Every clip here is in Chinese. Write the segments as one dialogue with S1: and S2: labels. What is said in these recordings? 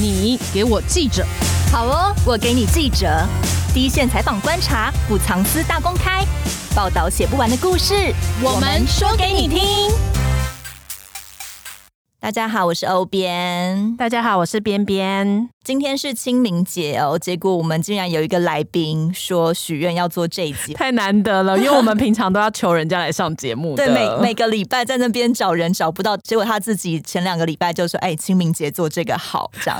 S1: 你给我记者，
S2: 好哦，我给你记者，第一线采访观察，不藏私大公开，报道写不完的故事，
S1: 我们说给你听。
S2: 大家好，我是欧边。
S3: 大家好，我是边边。
S2: 今天是清明节哦，结果我们竟然有一个来宾说许愿要做这一集。
S3: 太难得了，因为我们平常都要求人家来上节 目的
S2: 对，每每个礼拜在那边找人找不到，结果他自己前两个礼拜就说：“哎，清明节做这个好，这样。”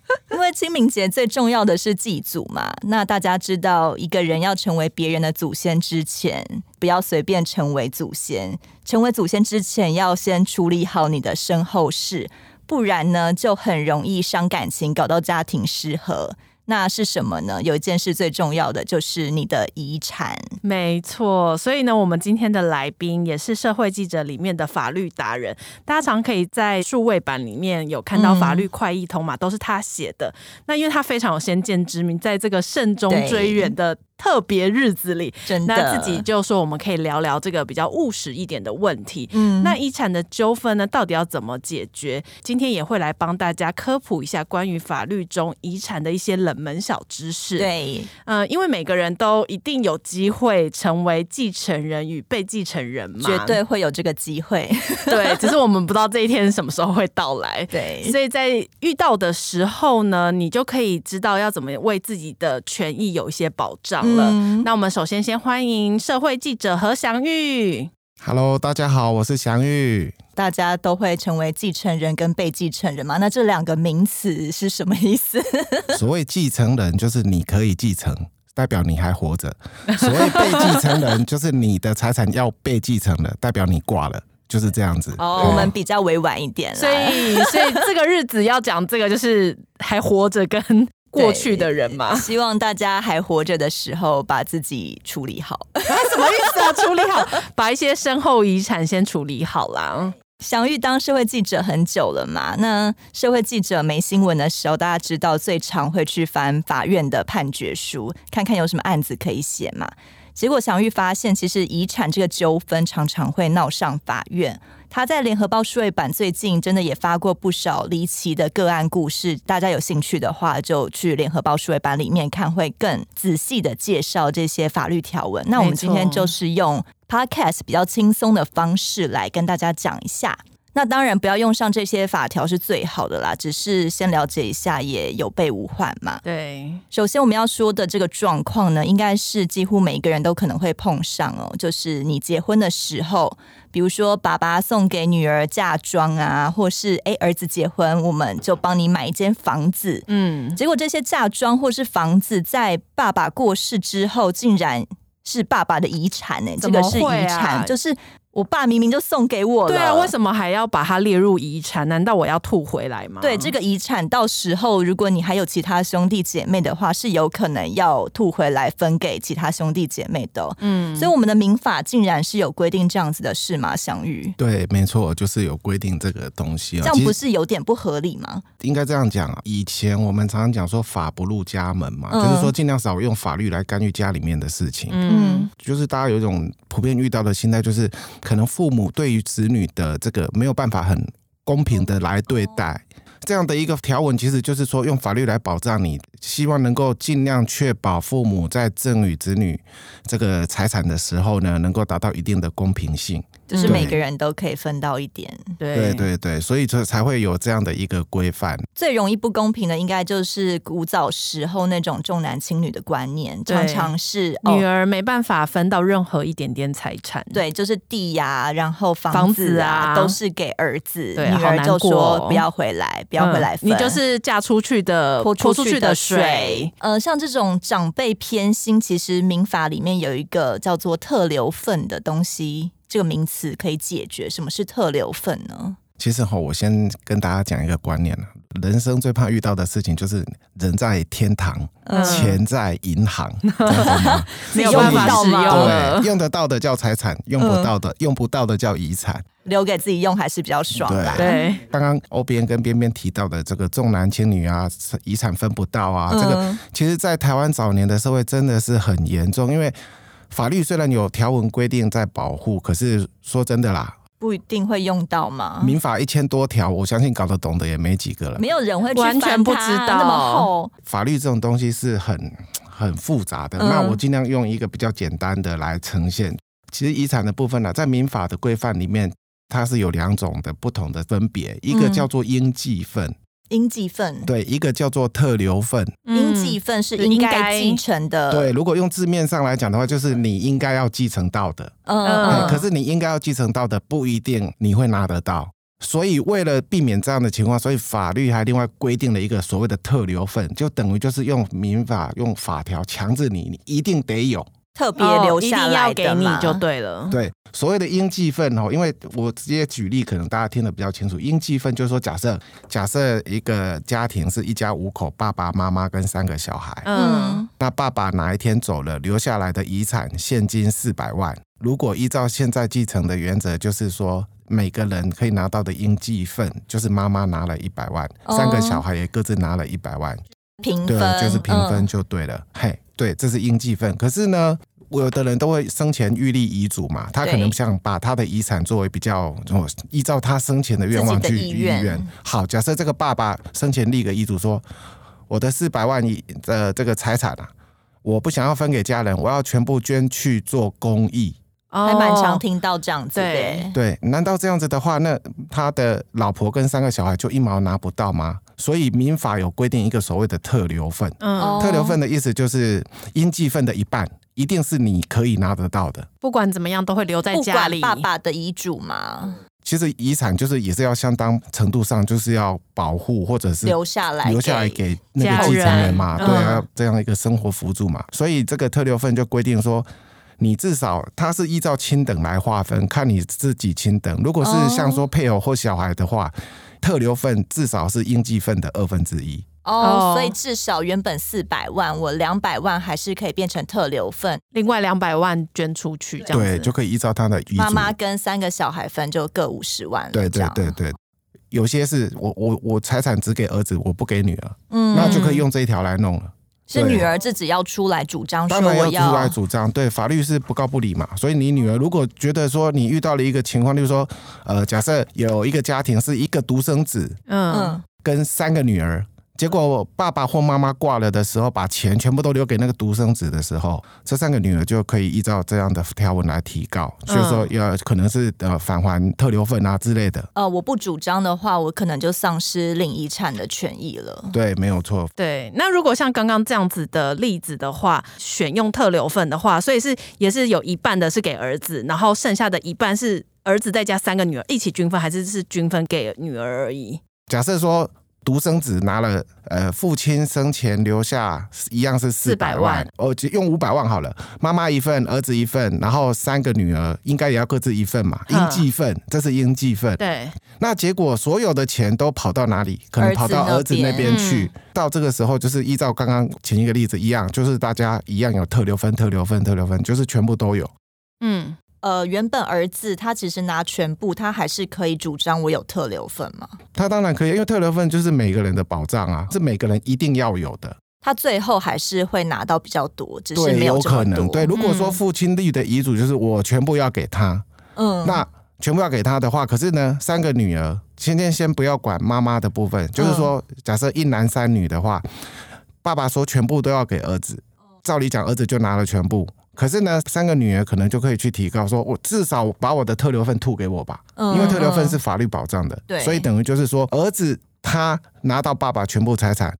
S2: 因为清明节最重要的是祭祖嘛。那大家知道，一个人要成为别人的祖先之前，不要随便成为祖先。成为祖先之前，要先处理好你的身后事，不然呢，就很容易伤感情，搞到家庭失和。那是什么呢？有一件事最重要的就是你的遗产。
S3: 没错。所以呢，我们今天的来宾也是社会记者里面的法律达人，大家常可以在数位版里面有看到
S2: 嗯
S3: 法律快译通嘛，都是他写
S1: 嗯
S3: 的。那因为他非常有先见之明，在这个慎终
S2: 对
S3: 追远的特别日子里，
S2: 真的，
S3: 那自己就说我们可以聊聊这个比较务实一点的问题。
S2: 嗯
S3: 那遗产的纠纷呢，到底要怎么解决？今天也会来帮大家科普一下关于法律中遗产的一些冷门小知识。，
S2: 对，
S3: 嗯、因为每个人都一定有机会成为继承人与被继承人嘛，
S2: 绝对会有这个机 会。
S3: 对，只是我们不知道这一天什么时候会到来。
S2: 对，
S3: 所以在遇到的时候呢，你就可以知道要怎么为自己的权益有一些保障了。
S2: 嗯
S3: 那我们首先先欢迎社会记者何祥玉。
S4: Hello，大家好，我是 祥玉。
S2: 大家都会成为继承人跟被继承人嘛？那这两个名词是什么意思？
S4: 所谓继承人，就是你可以继承，代表你还活着； 所谓被继承人，就是你的财产要被继承了，代表你挂了，就是这样子。
S3: 哦
S4: 对
S2: 我们比较委婉一点啦。。
S3: 所以，所以这个日子要讲这个，就是还活着跟过去的人嘛
S2: 希望大家还活着的时候把自己处理好。
S3: 什么意思啊？处理好， 把一些身后遗产先处理好啦。
S2: 祥玉当社会记者很久了嘛，那社会记者没新闻的时候，大家知道最常会去翻法院的判决书，看看有什么案子可以写嘛。结果祥玉发现，其实遗产这个纠纷常常会闹上法院。他在联合报数位版最近真的也发过不少离奇的个案故事，大家有兴趣的话，就去联合报数位版里面看，会更仔细的介绍这些法律条文。那我们今天
S3: 没错
S2: 就是用 podcast 比较轻松的方式来跟大家讲一下。那当然不要用上这些法条是最好的啦，只是先了解一下，也有备无患嘛。
S3: 对，
S2: 首先我们要说的这个状况呢，应该是几乎每一个人都可能会碰上哦，就是你结婚的时候，比如说爸爸送给女儿嫁妆啊，或是诶儿子结婚，我们就帮你买一间房子。
S3: 嗯，
S2: 结果这些嫁妆或是房子，在爸爸过世之后，竟然是爸爸的遗产欸呢、这
S3: 怎么
S2: 个是遗
S3: 会啊
S2: 产，就是我爸明明就送给我了，
S3: 对啊，为
S2: 么？
S3: 什么还要把它列入遗产？难道我要吐回来吗？
S2: 对这个遗产，到时候如果你还有其他兄弟姐妹的话，是有可能要吐回来分给其他兄弟姐妹的哦、
S3: 嗯，
S2: 所以我们的民法竟然是有规定这样子的事吗？相遇，
S4: 对，没错，就是有规定这个东西
S2: 这
S3: 啊
S4: 哦。
S2: 样
S4: 其
S2: 不
S4: 实
S2: 是有点不合理
S3: 嗯
S2: 吗？
S4: 应该这样讲啊。以前我们常常讲说法不入家门嘛，
S2: 嗯
S4: 就是说尽量少用法律来干预家里面的事情。
S3: 嗯，
S4: 就是大家有一种普遍遇到的心态，就是可能父母对于子女的这个没有办法很公平的来对待。这样的一个条文，其实就是说用法律来保障你，希望能够尽量确保父母在赠与子女这个财产的时候呢，能够达到一定的公平性。
S2: 就是
S3: 嗯
S2: 每个人都可以分到一点。
S4: 对
S3: 对
S4: 对对，所以这才会有这样的一个规范。
S2: 最容易不公平的，应该就是古早时候那种重男轻女的观念，
S3: 对
S2: 常常是
S3: 女
S2: 哦，
S3: 儿没办法分到任何一点点财产。
S2: 对，就是地呀、然后房
S3: 房
S2: 子啊，
S3: 子啊
S2: 都是给儿子，
S3: 对啊
S2: 女儿
S3: 好
S2: 就
S3: 难过哦
S2: 说不要回来，不要回来
S3: 嗯
S2: 分，
S3: 你就是嫁出去的
S2: 呃泼
S3: 泼出
S2: 出去
S3: 去
S2: 的
S3: 的
S2: 水
S3: 水。。
S2: 呃，像这种长辈偏心，其实民法里面有一个叫做特留份的东西，这个名词可以解决。什么是特留份呢？
S4: 其实哈，我先跟大家讲一个观念啊，人生最怕遇到的事情就是人在天堂，
S2: 嗯
S4: 钱在银行， 这样懂吗？
S3: 没有办法使用了
S4: 对，。用得到的叫财产，用不到的、用不到的叫遗产。
S2: 留给自己用还是比较爽啦。
S4: 对
S3: 对，
S4: 刚刚欧边跟边边提到的这个重男轻女啊，遗产分不到啊，
S2: 嗯
S4: 这个其实，在台湾早年的社会真的是很严重，因为法律虽然有条文规定在保护，可是说真的啦。
S2: 不一定会用到吗？
S4: 民法一千多条，我相信搞得懂的也没几个了。
S2: 没有人会去
S3: 完全
S2: 翻
S3: 不
S2: 它
S3: 知
S2: 那么
S3: 道
S2: 厚，
S4: 法律这种东西是很很复杂的，
S2: 嗯
S4: 那我尽量用一个比较简单的来呈现。其实遗产的部分啊呢、在民法的规范里面，它是有两种的不同的分别，一个
S2: 嗯
S4: 叫做应继份，
S2: 应继份。
S4: 对，一个叫做特留份。
S3: 嗯
S2: 应继份是
S3: 是
S2: 应
S3: 应
S2: 该
S3: 该
S2: 继承的，
S4: 对，，如果用字面上来讲的话，就是你应该要继承到的，
S2: 嗯
S4: 哎
S3: 嗯
S4: 可是你应该要继承到的不一定你会拿得到。所以，为了避免这样的情况，所以法律还另外规定了一个所谓的特留份，就等于就是用民法用法条强制你，你一定得有。
S2: 特别
S3: 哦
S2: 留
S3: 一
S2: 下
S3: 定
S2: 来
S3: 要给
S2: 的
S3: 你
S2: 嘛
S3: 就对了。
S4: 对，所谓的应继份哦，因为我直接举例，可能大家听得比较清楚。应继份就是说，假设假设一个家庭是一家五口，爸爸妈妈跟三个小孩，
S3: 嗯
S2: 嗯，
S4: 那爸爸哪一天走了，留下来的遗产现金四百万，如果依照现在继承的原则，就是说。每个人可以拿到的应继份，就是妈妈拿了一百万，
S2: 哦
S4: 三个小孩也各自拿了一百万，
S2: 平
S4: 对啊，
S2: 分
S4: 就是平分
S2: 嗯
S4: 就对了。嘿，对，这是应继份。可是呢，我有的人都会生前预立遗嘱嘛，他可能
S2: 对
S4: 想把他的遗产作为比较，哦依照他生前的愿望
S2: 自己
S4: 去
S2: 的意
S4: 意
S2: 愿
S4: 愿。好，假设这个爸爸生前立个遗嘱说，我的四百万以的这个财产啊，我不想要分给家人，我要全部捐去做公益。
S3: 哦
S2: 还蛮常
S3: 听。
S2: 听到这样子的
S3: 对
S2: 耶。
S4: 对，难道这样子的话，那他的老婆跟三个小孩就一毛拿不到吗？所以民法有规定一个所谓的特留份。
S3: 嗯，
S2: 哦
S4: 特留份的意思就是应继份的一半，一定是你可以拿得到的。
S3: 不管怎么样都会留在
S2: 不
S3: 家
S2: 管
S3: 里。
S2: 爸爸的遗嘱嘛，
S4: 其实遗产就是也是要相当程度上就是要保护或者是
S2: 留下来，
S4: 嗯留下来。给那个继承人嘛，
S3: 家
S4: 对
S3: 人嗯
S4: 啊，这样一个生活辅助嘛。所以这个特留份就规定说。你至少它是依照亲等来划分，看你自己亲等。如果是像说配偶或小孩的话，特留份至少是应继份的二分之一。
S2: 哦
S3: 哦，
S2: 所以至少原本四百万，我两百万还是可以变成特留份，
S3: 另外两百万捐出去，
S2: 啊
S3: 这样子
S4: 对，就可以依照他的遗嘱
S2: 妈妈跟三个小孩分就各五十万了。
S4: 对
S2: 这
S4: 对
S2: 样
S4: 对，对，有些是我我我财产只给儿子，我不给女儿，
S2: 嗯
S4: 那就可以用这一条来弄了。
S2: 是
S4: 对
S2: 女儿自己要出来主张说
S4: 当然
S2: 我
S4: 要出来主张，对法律是不告不理嘛。所以你女儿如果觉得说你遇到了一个情况，例如说，呃，假设有一个家庭是一个独生子
S3: 嗯，
S2: 嗯，
S4: 跟三个女儿。结果爸爸或妈妈挂了的时候，把钱全部都留给那个独生子的时候，这三个女儿就可以依照这样的条文来提告，所以说要可能是呃返还特留份啊之类的。
S2: 呃，我不主张的话，我可能就丧失领遗产的权益了。
S4: 对，没有错，
S3: 对。那如果像刚刚这样子的例子的话，选用特留份的话，所以是也是有一半的是给儿子，然后剩下的一半是儿子再加三个女儿一起均分，还是是均分给女儿而已？
S4: 假设说独生子拿了呃父亲生前留下一样是四
S3: 400
S4: 百万
S3: 万，
S4: 哦，就用五百万好了，妈妈一份，儿子一份，然后三个女儿应该也要各自一份嘛，
S3: 嗯
S4: 应继份，这是应继份。
S3: 对，
S4: 那结果所有的钱都跑到哪里？可能跑到儿子那边去。到这个时候，就是依照刚刚前一个例子一样，就是大家一样有特留分、特留分、特留分，就是全部都有。
S3: 嗯，
S2: 呃，原本儿子他其实拿全部，他还是可以主张我有特留份嘛。
S4: 他当然可以，因为特留分就是每个人的保障啊，是每个人一定要有的。
S2: 他最后还是会拿到比较多，只是
S4: 对，
S2: 没这
S4: 可
S2: 么
S4: 能
S2: 多。
S4: 对。如果说
S3: 嗯
S4: 父亲立的遗嘱就是我全部要给他，
S2: 嗯
S4: 那全部要给他的话，可是呢，三个女儿，先先先不要管妈妈的部分，就是说，
S2: 嗯
S4: 假设一男三女的话，爸爸说全部都要给儿子，照理讲儿子就拿了全部。可是呢，三个女儿可能就可以去提告说，我至少把我的特留份吐给我吧，
S2: 嗯
S4: 因为特留份是法律保障的，
S2: 对
S4: 所以等于就是说，儿子他拿到爸爸全部财产，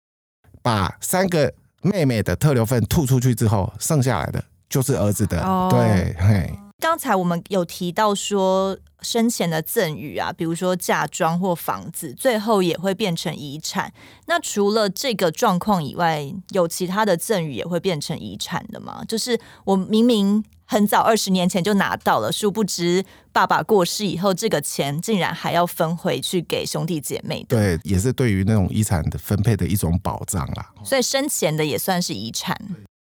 S4: 把三个妹妹的特留份吐出去之后，剩下来的就是儿子的，
S3: 哦
S4: 对，嘿，
S2: 刚才我们有提到说，生前的赠与啊，比如说嫁妆或房子，最后也会变成遗产。那除了这个状况以外，有其他的赠与也会变成遗产的吗？就是我明明很早二十年前就拿到了，殊不知爸爸过世以后，这个钱竟然还要分回去给兄弟姐妹的，
S4: 对，也是对于那种遗产的分配的一种保障啦。
S2: 所以生前的也算是遗产。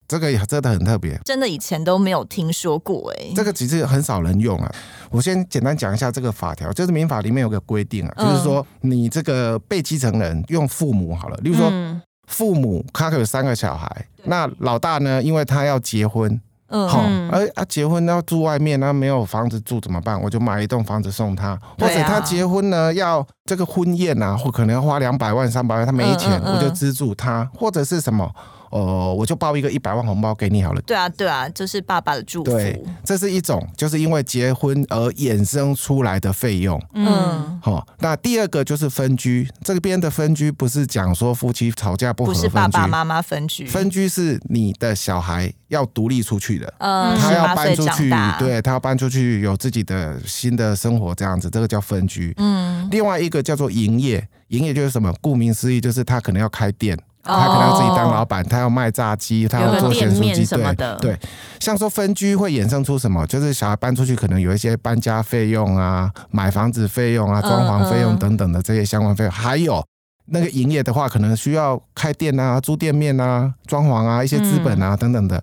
S4: 这个也真的很特别，
S2: 真的以前都没有听说过哎、
S4: 这个其实很少人用啊。我先简单讲一下这个法条，就是民法里面有个规定啊，
S2: 嗯
S4: 就是说你这个被继承人用父母好了，例如说
S3: 嗯
S4: 父母他有三个小孩，那老大呢，因为他要结婚，
S2: 嗯
S4: 好、而啊结婚要住外面，那没有房子住怎么办？我就买一栋房子送他，或
S2: 对啊
S4: 者他结婚呢要这个婚宴啊，或可能要花两百万、三百万，他没钱，
S2: 嗯嗯嗯
S4: 我就资助他，或者是什么，呃，我就包一个一百万红包给你好了。
S2: 对啊，对啊，就是爸爸的祝福。
S4: 对，这是一种，就是因为结婚而衍生出来的费用。
S3: 嗯，
S4: 好、那第二个就是分居，这边的分居不是讲说夫妻吵架不
S2: 不
S4: 和分
S2: 是
S4: 居，
S2: 爸爸妈妈分居，
S4: 分居是你的小孩要独立出去的，
S2: 呃
S4: 他
S2: 十
S4: 要
S2: 八岁
S4: 搬出
S2: 长
S4: 去
S2: 大，，，
S4: 对他要搬出去，有自己的新的生活，这样子，这个叫分居。
S2: 嗯，
S4: 另外一个叫做营业，营业就是什么？顾名思义，就是他可能要开店。他可能要自己
S2: 哦
S4: 当老板，他要卖炸鸡，他
S3: 哦有
S4: 要
S3: 个
S4: 做咸
S3: 店
S4: 酥
S3: 面
S4: 鸡，
S3: 什么
S4: 对嗯
S3: 的嗯
S4: 对。像说分居会衍生出什么？就是小孩搬出去，可能有一些搬家费用啊、买房子费用啊、装潢费
S2: 嗯
S4: 用
S2: 嗯
S4: 等等的这些相关费用，还有。那个营业的话，可能需要开店啊、租店面啊、装潢啊、一些资本啊、等等的。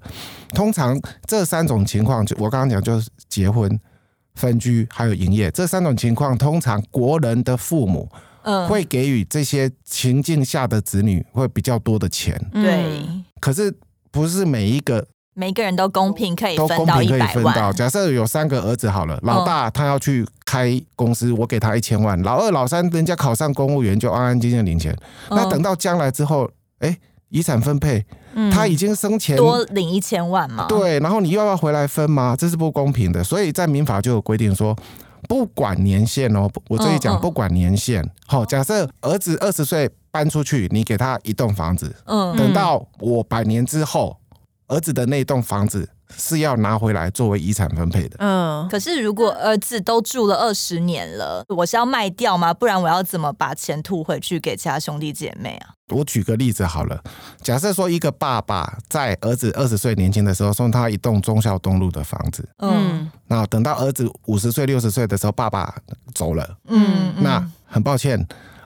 S4: 通常这三种情况，就我刚刚讲，就是结婚、分居还有营业这三种情况，通常国人的父母
S2: 嗯，
S4: 会给予这些情境下的子女会比较多的钱，
S2: 对，
S3: 嗯
S4: 可是不是每一个
S2: 每个人都公平可以
S4: 都
S2: 分
S4: 公
S2: 到
S4: 平
S2: 一
S4: 可以
S2: 百
S4: 分到。
S2: 万，
S4: 假设有三个儿子好了，老大他要去开公司，我给他一千万；老二、老三人家考上公务员就安安静静地领钱。那
S2: 嗯
S4: 等到将来之后，哎，遗产分配，他已经生前
S2: 多领一千万嘛，，
S4: 对，然后你又要回来分吗？这是不公平的。所以在民法就有规定说，不管年限哦，不我这里
S2: 嗯
S4: 讲
S2: 嗯
S4: 不管年限。好、假设儿子二十岁搬出去，你给他一栋房子，
S2: 嗯，
S4: 等到我百年之后，儿子的那栋房子是要拿回来作为遗产分配的。
S3: 嗯，
S2: 可是如果儿子都住了二十年了，我是要卖掉吗？不然我要怎么把钱吐回去给其他兄弟姐妹啊？
S4: 我举个例子好了，假设说一个爸爸在儿子二十岁年轻的时候送他一栋忠孝东路的房子，
S2: 嗯
S4: 那等到儿子五十岁六十岁的时候，爸爸走了。
S2: 嗯，嗯
S4: 那很抱歉，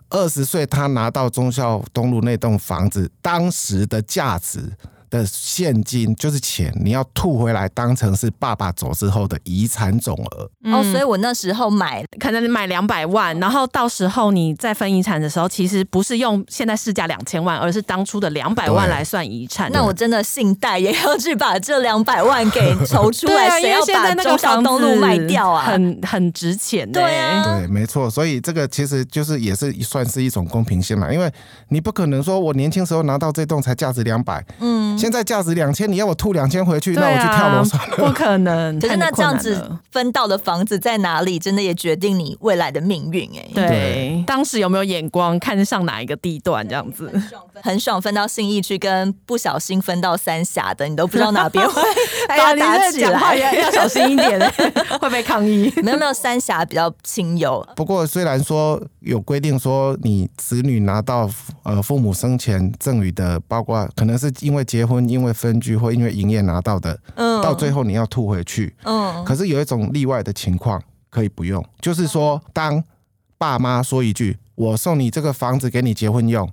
S4: 二十岁他拿到忠孝东路那栋房子当时的价值的现金就是钱，你要吐回来当成是爸爸走之后的遗产总额。
S3: 嗯
S2: 哦，所以我那时候买，
S3: 可能你买两百万，然后到时候你再分遗产的时候，其实不是用现在市价两千万，而是当初的两百万
S4: 对
S3: 来算遗产。
S2: 那我真的信贷也要去把这两百万给筹 出
S3: 对啊，
S2: 来，谁
S3: 因
S2: 要
S3: 为现
S2: 把
S3: 在那个
S2: 中
S3: 房
S2: 山
S3: 子
S2: 东路卖掉啊？
S3: 很欸很值钱呢、
S2: 对啊
S4: 对，没错，所以这个其实就是也是算是一种公平性嘛，因为你不可能说我年轻时候拿到这栋才价值两百，
S2: 嗯，
S4: 现在价值两千，你要我吐两千回去，
S3: 对
S4: 那我去跳楼
S3: 啊
S4: 算了。，
S3: 不可能。
S2: 可是那
S3: 太困
S2: 这
S3: 难
S2: 样
S3: 了
S2: 子分到的房子在哪里，真的也决定你未来的命运哎、
S3: 对，
S4: 对
S3: 当时有没有眼光看上哪一个地段这样子？
S2: 很爽分到信义区，跟不小心分到三峡的，你都不知道哪 边会
S3: 哎呀，
S2: 发
S3: 你
S2: 达
S3: 这
S2: 起
S3: 讲话 要
S2: 来。
S3: 要小心一点， 会被抗议。
S2: 没有没有，三峡比较清幽，
S4: 不过，虽然说有规定说你子女拿到呃父母生前赠予的，包括可能是因为结婚、因为分居或因为营业拿到的，
S2: 嗯，
S4: 到最后你要吐回去。
S2: 嗯，
S4: 可是有一种例外的情况可以不用，就是说当爸妈说一句“我送你这个房子给你结婚用”，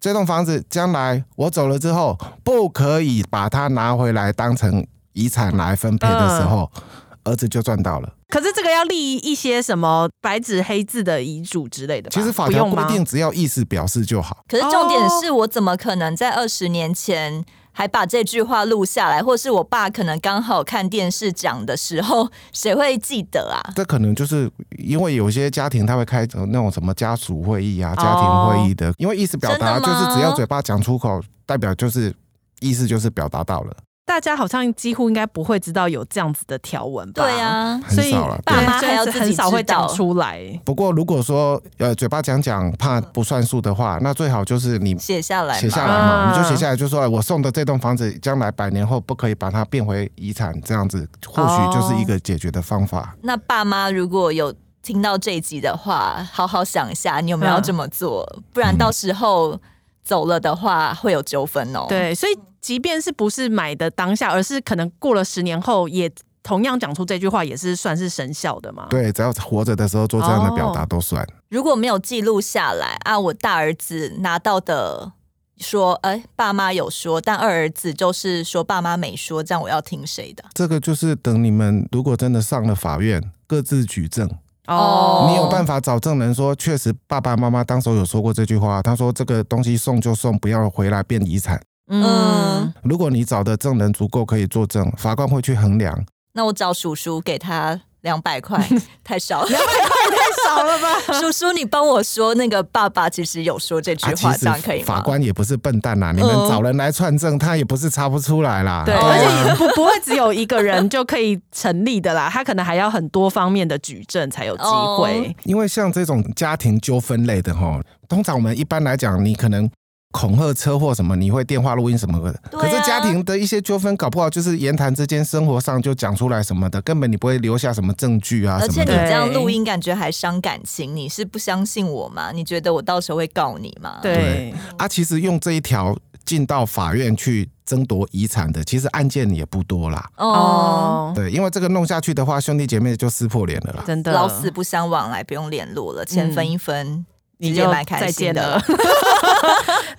S4: 这栋房子将来我走了之后，不可以把它拿回来当成遗产来分配的时候，
S3: 嗯
S4: 儿子就赚到了。
S3: 可是这个要立一些什么白纸黑字的遗嘱之类的吧，
S4: 其实法
S3: 不
S4: 条
S3: 用
S4: 规
S3: 吗？
S4: 定，只要意思表示就好。
S2: 可是重点是我怎么可能
S3: 哦
S2: 在二十年前还把这句话录下来，或是我爸可能刚好看电视讲的时候，谁会记得啊？
S4: 这可能就是因为有些家庭他会开呃那种什么家属会议
S3: 哦
S4: 啊、家庭会议的，因为意思表达
S2: 真的
S4: 就
S2: 吗
S4: 是只要嘴巴讲出口，代表就是意思就是表达到了，
S3: 大家好像几乎应该不会知道有这样子的条文吧？
S2: 对，啊，
S4: 很
S3: 所以
S4: 少了。
S2: 爸
S4: 对。
S2: 妈还要自己
S3: 很少会
S2: 知道
S3: 讲出来。
S4: 不过如果说呃嘴巴讲讲怕不算数的话，那最好就是你
S2: 写下来嘛，
S4: 写下来
S3: 啊
S4: 嘛，你就写下来，就说哎我送的这栋房子将来百年后不可以把它变回遗产，这样子或许就是一个解决的方法。
S2: 那爸妈如果有听到这一集的话，好好想一下，你有没有要这么做？
S4: 嗯
S2: 不然到时候走了的话，会有纠纷哦。，
S3: 对，所以即便是不是买的当下，而是可能过了十年后，也同样讲出这句话，也是算是生效的嘛？，
S4: 对，只要活着的时候做这样的表达
S3: 哦
S4: 都算。
S2: 如果没有记录下来啊，我大儿子拿到的说，哎，爸妈有说，但二儿子就是说爸妈没说，这样我要听谁的？
S4: 这个就是等你们如果真的上了法院，各自举证。
S2: 哦
S4: 你有办法找证人说，确实爸爸妈妈当时候有说过这句话，他说这个东西送就送，不要回来变遗产。
S2: 嗯
S3: 嗯，
S4: 如果你找的证人足够可以作证，法官会去衡量。
S2: 那我找叔叔给他两百块， 太少了。
S3: 太少了吧？
S2: 叔叔，你帮我说，那个爸爸其实有说这句
S4: 啊，其
S2: 话，这样可以
S4: 实
S2: 吗？
S4: 法官也不是笨蛋啊啦，你们找人来串证，他也不是查不出来啦。
S2: 对
S3: 而
S4: 啊
S3: 且也不不会只有一个人就可以成立的啦，他可能还要很多方面的举证才有机
S2: 哦
S3: 会。
S4: 因为像这种家庭纠纷类的哈，通常我们一般来讲，你可能恐吓车祸什么，你会电话录音什么的。
S2: 对啊
S4: 可是家庭的一些纠纷，搞不好就是言谈之间、生活上就讲出来什么的，根本你不会留下什么证据啊
S2: 而
S4: 什
S2: 且
S4: 么
S2: 你
S4: 的。
S2: 这样录音，感觉还伤感情。你是不相信我吗？你觉得我到时候会告你吗？，
S4: 对
S3: 对，
S4: 啊，其实用这一条进到法院去争夺遗产的，其实案件也不多啦。
S2: 哦，
S3: 哦，
S4: 对，因为这个弄下去的话，兄弟姐妹就撕破脸了啦。
S3: 真的，
S2: 老死不相往来，不用联络了，钱分一分，
S3: 你
S2: 直接
S3: 就
S2: 蛮开
S3: 再
S2: 心
S3: 见
S2: 的
S3: 了。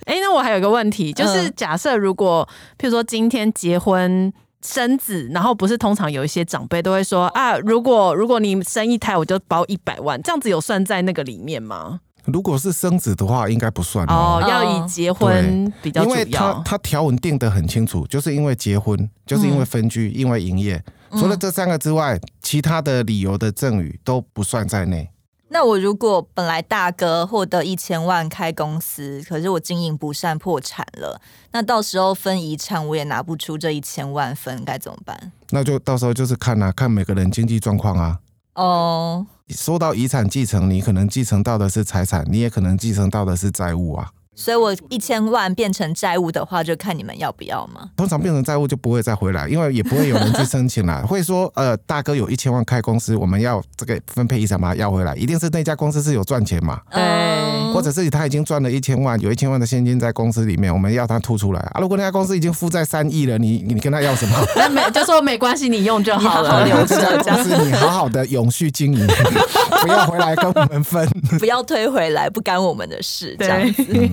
S3: 哎、那我还有一个问题，就是
S2: 嗯
S3: 假设如果，譬如说今天结婚生子，然后不是通常有一些长辈都会说啊，如果如果你生一胎，我就包一百万，这样子有算在那个里面吗？
S4: 如果是生子的话，应该不算
S3: 哦
S4: 哦，
S3: 要
S2: 嗯
S3: 以结婚比较
S4: 因
S3: 主
S4: 为他
S3: 要。
S4: 他条文定得很清楚，就是因为结婚，就是
S3: 嗯
S4: 因为分居，因为营业，除了这三个之外，其他的理由的赠与都不算在内。
S2: 那我如果本来大哥获得一千万开公司，可是我经营不善破产了，那到时候分遗产我也拿不出这一千万分，该怎么办？
S4: 那就到时候就是看啊，看每个人经济状况啊。
S3: 嗯
S2: 哦，
S4: 说到遗产继承，你可能继承到的是财产，你也可能继承到的是债务啊。
S2: 所以我一千万变成债务的话，就看你们要不要嘛。
S4: 通常变成债务就不会再回来，因为也不会有人去申请啦。 会说，呃，大哥有一千万开公司，我们要这个分配遗产把它要回来，一定是那家公司是有赚钱嘛。
S3: 对
S2: 嗯
S4: 或者是他已经赚了一千万，有一千万的现金在公司里面，我们要他吐出来啊！如果那家公司已经负债三亿了，你你跟他要 什么？
S3: 那没就说没关系，你用就好
S2: 你好好
S3: 哦了。
S2: 留
S4: 这家 公司你好好的永续经营， 不要回来跟我们分。
S2: 不要推回来，不干我们的事。这样
S3: 对，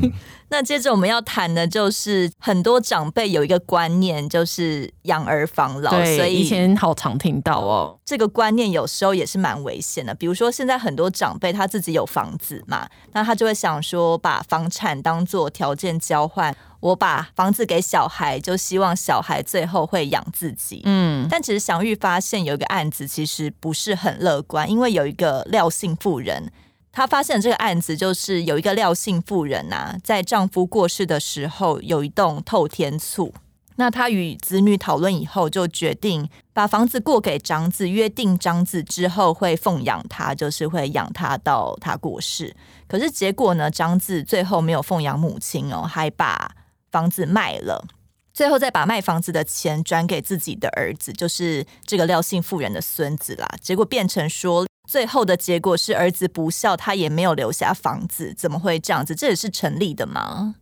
S2: 那接着我们要谈的就是，很多长辈有一个观念，就是养儿防老，哦所
S3: 对，以
S2: 以
S3: 前好常听到哦。
S2: 这个观念有时候也是蛮危险的。比如说，现在很多长辈他自己有房子嘛，那他就会想说，把房产当做条件交换，我把房子给小孩，就希望小孩最后会养自己。
S3: 嗯，
S2: 但其实祥玉发现有一个案子其实不是很乐观，因为有一个廖姓妇人，她发现这个案子就是有一个廖姓妇人啊，在丈夫过世的时候有一栋透天厝。那她与子女讨论以后，就决定把房子过给长子，约定长子之后会奉养他，就是会养他到他过世。可是结果呢，长子最后没有奉养母亲哦，还把房子卖了。最后再把卖房子的钱转给自己的儿子，就是这个廖姓妇人的孙子啦。结果变成说，最后的结果是儿子不孝，他也没有留下房子，怎么会这样子？这也是成立的吗？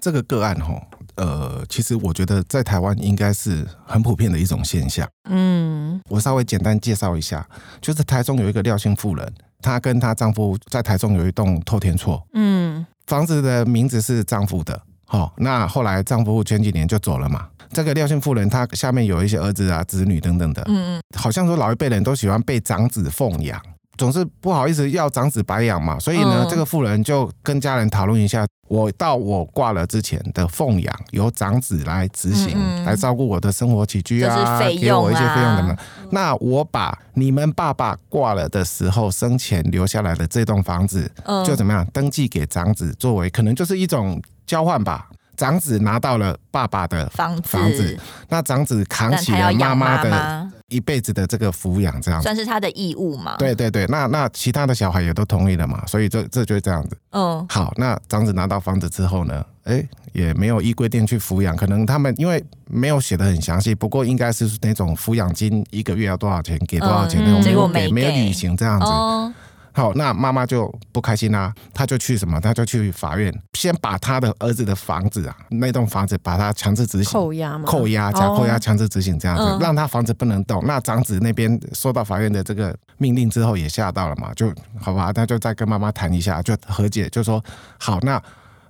S4: 这个个案吼，呃，其实我觉得在台湾应该是很普遍的一种现象。
S3: 嗯，
S4: 我稍微简单介绍一下，就是台中有一个廖姓妇人，她跟她丈夫在台中有一栋透天厝，
S3: 嗯，
S4: 房子的名字是丈夫的。好、那后来丈夫前几年就走了嘛。这个廖姓妇人，她下面有一些儿子啊、子女等等的，
S2: 嗯，
S4: 好像说老一辈人都喜欢被长子奉养，总是不好意思要长子白养嘛。所以呢，
S2: 嗯
S4: 这个妇人就跟家人讨论一下，我到我挂了之前的奉养由长子来执行，
S2: 嗯嗯
S4: 来照顾我的生活起居啊，
S2: 就是费
S4: 给我一些
S2: 用啊
S4: 费用等等。那我把你们爸爸挂了的时候生前留下来的这栋房子，
S2: 嗯
S4: 就怎么样登记给长子作为，可能就是一种交换吧。长子拿到了爸爸的
S2: 房子，
S4: 房子那长子扛
S2: 但
S4: 起
S2: 他要
S4: 了妈
S2: 养妈
S4: 的
S2: 妈，
S4: 一辈子的这个抚养，这样。
S2: 算是啊他的义务嘛？，
S4: 对对对，那那其他的小孩也都同意了嘛，所以这这就是这样子。
S2: 嗯，
S4: 好，那长子拿到房子之后呢，哎，也没有依规定去抚养，可能他们因为没有写的很详细，不过应该是那种抚养金一个月要多少钱，给多少钱
S2: 嗯
S4: 那种，没
S2: 结果
S4: 有
S2: 没
S4: 给，没有
S2: 给
S4: 履行这样子。
S2: 哦，
S4: 好，那妈妈就不开心啦、啊她就去什么？她就去法院，先把她的儿子的房子啊，那栋房子把它强制执行。
S3: 扣押嘛，
S4: 扣押加扣押
S3: 哦
S4: 强制执行这样子，
S2: 嗯
S4: 让他房子不能动。那长子那边收到法院的这个命令之后，也吓到了嘛，就好吧，那就再跟妈妈谈一下，就和解，就说好，那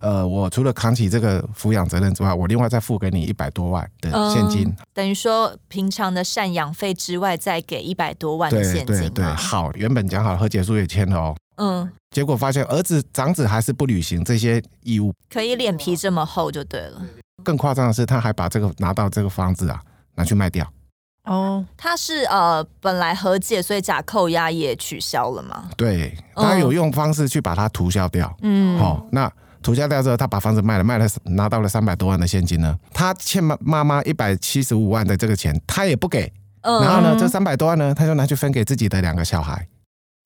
S4: 呃，我除了扛起这个抚养责任之外，我另外再付给你一百多万的现金。
S2: 嗯等于说平常的赡养费之外，再给一百多万的
S4: 对
S2: 现
S4: 对
S2: 金
S4: 对，
S2: 嘛？
S4: 好，原本讲好和解书也签了哦，
S2: 嗯，
S4: 结果发现儿子长子还是不履行这些义务，
S2: 可以脸皮这么厚就对了。
S4: 更夸张的是，他还把这个拿到这个房子啊拿去卖掉。
S3: 哦，
S2: 他是呃本来和解，所以假扣押也取消了嘛？
S4: 对，
S2: 嗯
S4: 他有用方式去把它涂销掉。
S3: 哦嗯，
S4: 好、那涂销掉之后，他把房子卖了，卖了拿到了三百多万的现金呢。他欠妈妈妈一百七十五万的这个钱，他也不给。然后
S2: 嗯，
S4: 呢，这三百多万呢，他就拿去分给自己的两个小孩。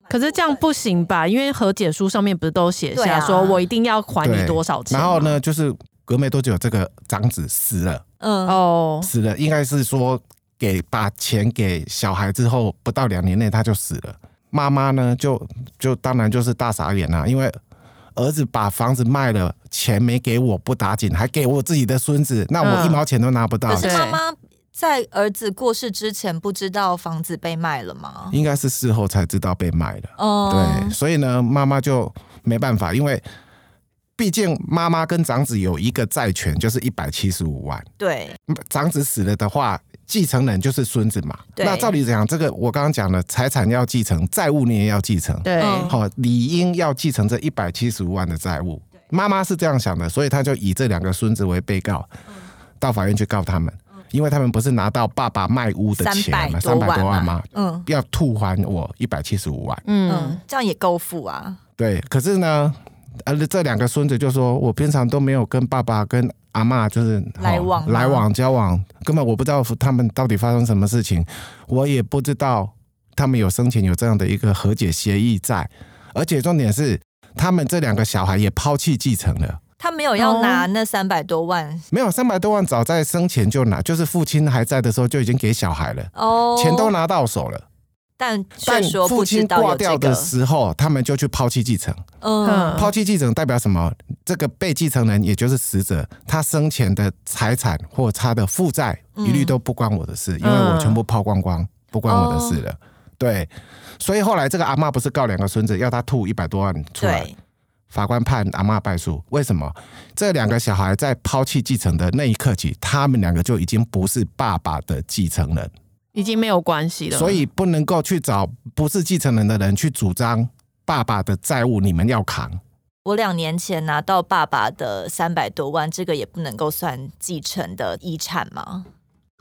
S3: 可是这样不行吧？因为和解书上面不是都写
S2: 对
S3: 下
S2: 啊
S3: 说我一定要还你
S4: 对
S3: 多少钱？啊
S4: 然后？呢，就是隔没多久，这个长子死了，
S2: 嗯，
S3: 哦，
S4: 死了，应该是说给把钱给小孩之后，不到两年内他就死了。妈妈呢，就就当然就是大傻眼啦、因为儿子把房子卖了，钱没给我不打紧，还给我自己的孙子，那我
S3: 嗯
S4: 一毛钱都拿不到
S2: 可。是
S3: 对
S2: 妈妈在儿子过世之前不知道房子被卖了吗？
S4: 应该是事后才知道被卖的。
S2: 哦，
S4: 对，所以呢，妈妈就没办法，因为毕竟妈妈跟长子有一个债权，就是一百七十五万。
S2: 对
S4: 嗯长子死了的话，继承人就是孙子嘛。
S2: 对
S4: 那照理讲，这个我刚刚讲了，财产要继承，债务你也要继承，
S3: 对，
S2: 嗯
S4: 好、理应要继承这一百七十五万的债务。妈妈是这样想的，所以她就以这两个孙子为被告，到法院去告他们，因为他们不是拿到爸爸卖屋的钱嘛，三
S2: 300
S4: 百多万吗？
S2: 嗯
S4: 要吐还我一百七十五万。
S3: 嗯
S2: 嗯，这样也够富啊。
S4: 对，可是呢，呃，这两个孙子就说，我平常都没有跟爸爸跟阿嬷就是哦
S2: 来往吗
S4: 来往交往，根本我不知道他们到底发生什么事情，我也不知道他们有生前有这样的一个和解协议在，而且重点是，他们这两个小孩也抛弃继承了。
S2: 他没有要拿那三百多万
S4: 没有三百多万，早在生前就拿，就是父亲还在的时候就已经给小孩了，
S2: 哦，
S4: 钱都，拿到手了。
S2: 但却
S4: 但
S2: 说
S4: 父
S2: 不知
S4: 亲
S2: 道
S4: 挂
S2: 有
S4: 掉
S2: 这
S4: 的
S2: 个，
S4: 时候，他们就去抛弃继承。
S2: 嗯，
S4: 抛弃继承代表什么？这个被继承人，也就是死者，他生前的财产或他的负债，一律都不关我的
S2: 嗯
S4: 事，因为我全部抛光光，不关我的事
S2: 哦
S4: 了。对，所以后来这个阿嬷不是告两个孙子，要他吐一百多万出来，
S2: 对，
S4: 法官判阿嬷败诉。为什么？这两个小孩在抛弃继承的那一刻起，他们两个就已经不是爸爸的继承人，
S3: 已经没有关系了，
S4: 所以不能够去找不是继承人的人去主张爸爸的债务你们要扛。
S2: 我两年前拿到爸爸的三百多万，这个也不能够算继承的遗产吗？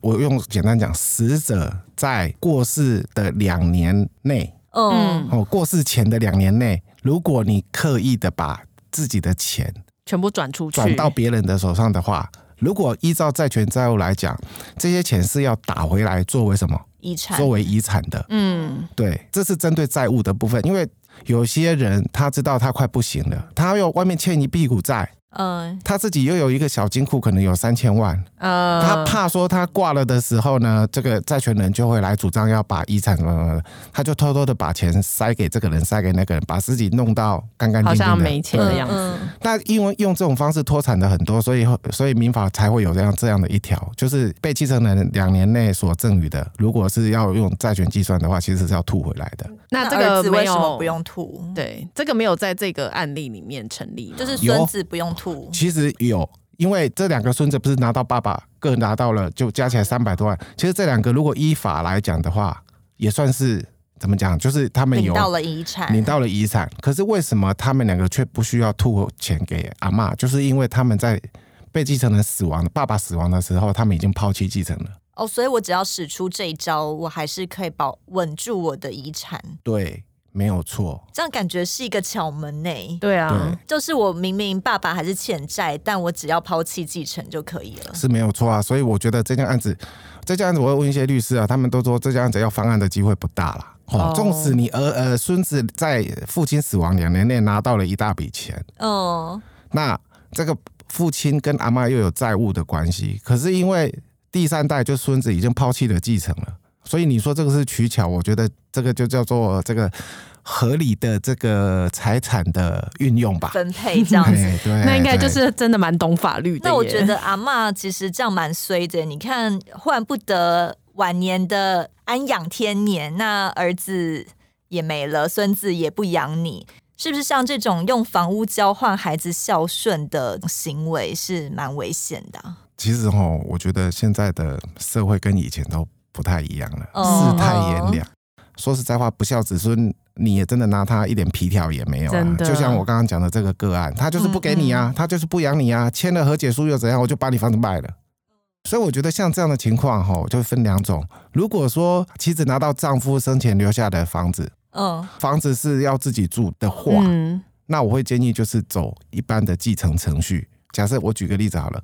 S4: 我用简单讲，死者在过世的两年内，
S2: 嗯，
S3: 嗯，
S4: 哦，过世前的两年内，如果你刻意的把自己的钱
S3: 全部转出去，
S4: 转到别人的手上的话，如果依照债权债务来讲，这些钱是要打回来作为什么？
S2: 遗产
S4: 作为遗产的。
S3: 嗯，
S4: 对，这是针对债务的部分，因为有些人他知道他快不行了，他又外面欠一屁股债，
S2: 嗯，
S4: 他自己又有一个小金库，可能有三千万，
S3: 呃，
S4: 他怕说他挂了的时候呢，这个债权人就会来主张要把遗产什么什么的，他就偷偷的把钱塞给这个人，塞给那个人，把自己弄到干干
S3: 好
S4: 净
S3: 像
S4: 净的。
S3: 没钱的样子，
S2: 嗯
S4: 那因为用这种方式脱产的很多，所以所以民法才会有这样这样的一条，就是被继承人两年内所赠予的，如果是要用债权计算的话，其实是要吐回来的。
S3: 那这
S2: 儿
S3: 个
S2: 子
S3: 没
S2: 为什么
S3: 有
S2: 不用吐？
S3: 对，这个没有在这个案例里面成立吗，
S2: 就是
S4: 有啊
S2: 孙子不用吐，
S4: 其实有，因为这两个孙子不是拿到爸爸各拿到了，就加起来三百多万。其实这两个如果依法来讲的话，也算是怎么讲，就是他们
S2: 领
S4: 有啊
S2: 到了遗产，
S4: 领到了遗产，可是为什么他们两个却不需要吐钱给阿嬷？就是因为他们在被继承人死亡、爸爸死亡的时候，他们已经抛弃继承了。
S2: 哦，所以我只要使出这一招，我还是可以保稳住我的遗产，
S4: 对，没有错。
S2: 这样感觉是一个巧门呢。
S3: 对
S4: 对，
S3: 啊，
S2: 就是我明明爸爸还是欠债，但我只要抛弃继承就可以了。
S4: 是没有错啊。所以我觉得这件案子，这件案子我会问一些律师啊，他们都说这件案子要翻案的机会不大啦。
S3: 哦
S4: 哦，纵使你儿呃孙子在父亲死亡两年内拿到了一大笔钱，
S2: 嗯，
S4: 那这个父亲跟阿妈又有债务的关系，可是因为第三代就孙子已经抛弃了继承了，所以你说这个是取巧，我觉得这个就叫做这个合理的这个财产的运用吧。
S2: 分配这样 子。
S4: 哎对，
S3: 那应该就
S4: 对
S3: 是真的蛮懂法律的耶。嗯
S2: 那我觉得阿嬷其实这样蛮衰的，你看，换不得晚年的安养天年，那儿子也没了，孙子也不养你，是不是？像这种用房屋交换孩子孝顺的行为是蛮危险的啊、
S4: 其实哦，我觉得现在的社会跟以前都不太一样了，
S2: 哦
S4: 世态炎凉。说实在话，不孝子孙你也真的拿他一点皮条也没有啊
S3: 真。的嗯
S4: 就像我刚刚讲的这个个案，他就是不给你啊，他就是不养你啊，签了和解书又怎样，我就把你房子卖了。所以我觉得像这样的情况吼，就分两种。如果说妻子拿到丈夫生前留下的房子，
S2: 嗯，
S4: 房子是要自己住的话，
S3: 嗯，
S4: 那我会建议就是走一般的继承程序。假设我举个例子好了，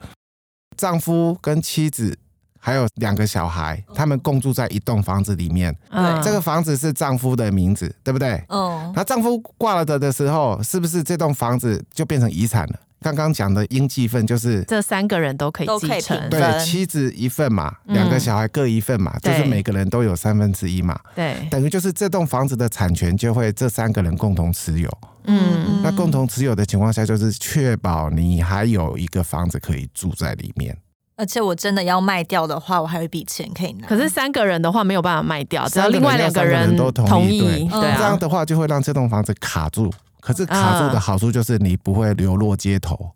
S4: 丈夫跟妻子还有两个小孩，他们共住在一栋房子里面，
S3: 哦嗯哦
S4: 这个房子是丈夫的名字，对不对？
S2: 嗯，
S4: 那丈夫挂了的的时候，是不是这栋房子就变成遗产了？刚刚讲的应继份就是
S3: 这三个人都可以
S2: 都
S3: 继
S2: 可以
S3: 承，
S2: 平
S4: 对
S2: 分
S4: 妻子一份嘛，两个
S3: 嗯
S4: 小孩各一份嘛，就是
S3: 对
S4: 每个人都有三分之一嘛，
S3: 对，
S4: 等于就是这栋房子的产权就会这三个人共同持有。
S3: 嗯，
S4: 那共同持有的情况下，就是确保你还有一个房子可以住在里面。
S2: 而且我真的要卖掉的话，我还有一笔钱可以拿。
S3: 可是三个人的话没有办法卖掉，只要
S4: 三个
S3: 另
S4: 人
S3: 外两个
S4: 要三个人都同
S3: 同
S4: 意对
S3: 对
S2: 嗯
S4: 这样
S3: 啊，
S4: 的话，就会让这栋房子卡住。可是卡住的好处就是你不会流落街头。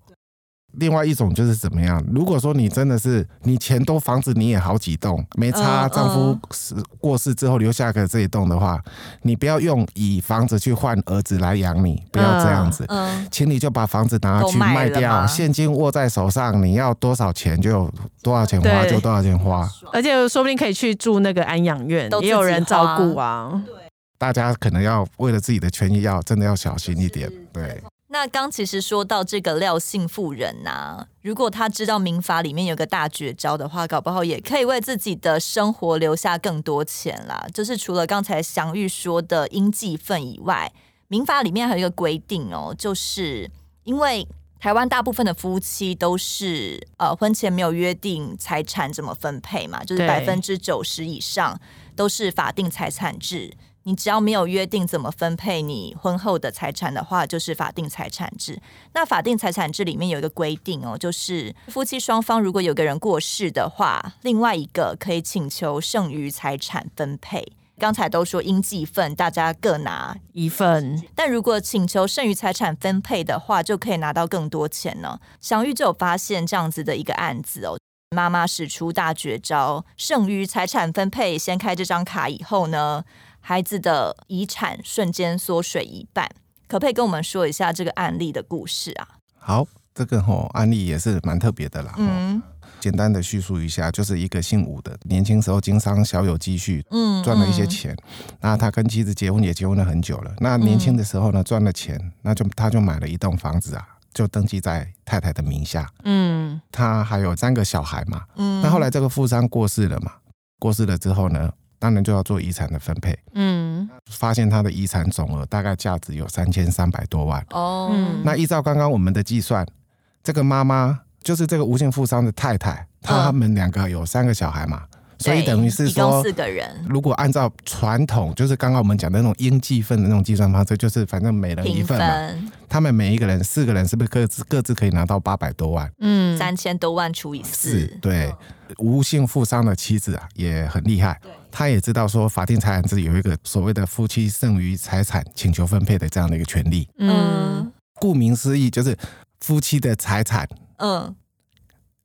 S4: 另外一种就是怎么样？如果说你真的是你钱都房子你也好几栋，没差，
S2: 嗯
S4: 丈夫死过世之后留下个这一栋的话，你不要用以房子去换儿子来养你，不要这样子。
S2: 嗯，
S4: 请你就把房子拿
S2: 都
S4: 去
S2: 卖
S4: 卖
S2: 了
S4: 掉，
S2: 吗
S4: 现金握在手上，你要多少钱就多少钱花，
S3: 对
S4: 就多少钱花。
S3: 而且说不定可以去住那个安养院
S2: 都，自己
S3: 也有人照顾啊。
S4: 大家可能要为了自己的权益要真的要小心一点。对，
S2: 那刚其实说到这个廖姓妇人呐、如果他知道民法里面有个大绝招的话，搞不好也可以为自己的生活留下更多钱啦。就是除了刚才祥玉说的应继份以外，民法里面还有一个规定哦，就是因为台湾大部分的夫妻都是呃婚前没有约定财产怎么分配嘛，就是
S3: 对
S2: 百分之九十以上都是法定财产制。你只要没有约定怎么分配你婚后的财产的话，就是法定财产制。那法定财产制里面有一个规定哦，就是夫妻双方如果有个人过世的话，另外一个可以请求剩余财产分配。刚才都说应继份，大家各拿
S3: 一份
S2: 但如果请求剩余财产分配的话，就可以拿到更多钱呢。祥玉就有发现这样子的一个案子哦。妈妈使出大绝招，剩余财产分配先开这张卡以后呢，孩子的遗产瞬间缩水一半。可不可以跟我们说一下这个案例的故事啊？
S4: 好，这个吼、案例也是蛮特别的啦。嗯，
S2: 嗯
S4: 简单的叙述一下，就是一个姓武的，年轻时候经商小有积蓄，
S2: 嗯
S4: 赚了一些钱。那他跟妻子结婚也结婚了很久了。那年轻的时候呢，赚了钱，那就他就买了一栋房子啊，就登记在太太的名下。
S3: 嗯，
S4: 他还有三个小孩嘛，
S2: 嗯
S4: 那后来这个富商过世了嘛？过世了之后呢，当然就要做遗产的分配。
S3: 嗯
S4: 发现他的遗产总额大概价值有三千三百多万。
S2: 哦，
S3: 嗯
S4: 那依照刚刚我们的计算，这个妈妈就是这个无限富商的太太，他们两个有三个小孩嘛，所以
S2: 对
S4: 等于是
S2: 一共
S4: 说
S2: 四。个人，
S4: 如果按照传统，就是刚刚我们讲的那种应计分的那种计算方式，就是反正每人一
S2: 平
S4: 份嘛。
S2: 分
S4: 他们每一个人四个人是不是各自各自可以拿到八百多万？
S3: 嗯，
S2: 三千多万除以
S4: 是
S2: 四，
S4: 对，无性富商的妻子啊也很厉害，她也知道说法定财产制有一个所谓的夫妻剩余财产请求分配的这样的一个权利。
S3: 嗯，
S4: 顾名思义，就是夫妻的财产
S2: 嗯，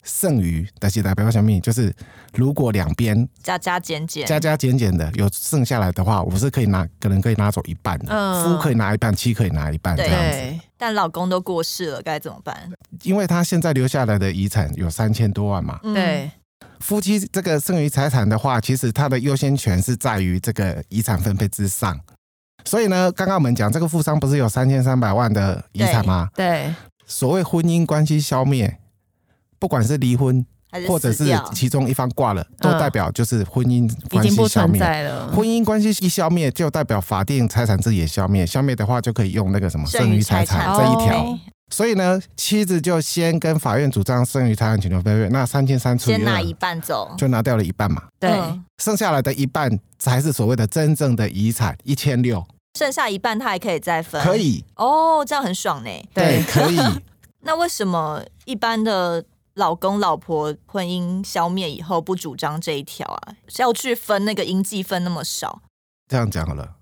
S4: 剩余，但是代表什么？就是如果两边
S2: 加加减减，
S4: 加加减减的有剩下来的话，我是可以拿，可能可以拿走一半的，
S3: 嗯
S4: 夫可以拿一半，妻可以拿一半这
S2: 对
S4: 样子。
S3: 对，
S2: 但老公都过世了，该怎么办？
S4: 因为他现在留下来的遗产有三千多万嘛，
S2: 嗯
S3: 对，
S4: 夫妻这个剩余财产的话，其实它的优先权是在于这个遗产分配之上。所以呢，刚刚我们讲这个富商不是有三千三百万的遗产吗？
S3: 对，
S4: 所谓婚姻关系消灭，不管是离婚
S2: 还是
S4: 或者
S2: 死
S4: 是
S2: 掉
S4: 其中一方挂了，都
S3: 嗯
S4: 代表就是婚姻
S3: 已
S4: 关
S3: 经
S4: 系
S3: 不
S4: 消
S3: 存
S4: 灭。
S3: 在了。
S4: 婚姻关系一消灭，就代表法定财产制也消灭，消灭的话就可以用那个什么剩余财产
S3: 剩余财产
S4: 这一条。
S3: 哦
S4: 所以呢，妻子就先跟法院主张剩余财产请求分配，那三千三除以
S2: 先拿
S4: 二
S2: 一半走，
S4: 就拿掉了一半嘛。
S3: 对，
S2: 嗯
S4: 剩下来的一半才是所谓的真正的遗产，一千六
S2: 剩下一半他还可以再分，
S4: 可以，
S2: 哦，这样很爽呢。
S3: 对
S4: 可以。
S2: 那为什么一般的老公老婆婚姻消灭以后不主张这一条啊？是要去分那个应计分那么少？
S4: 这样讲好了，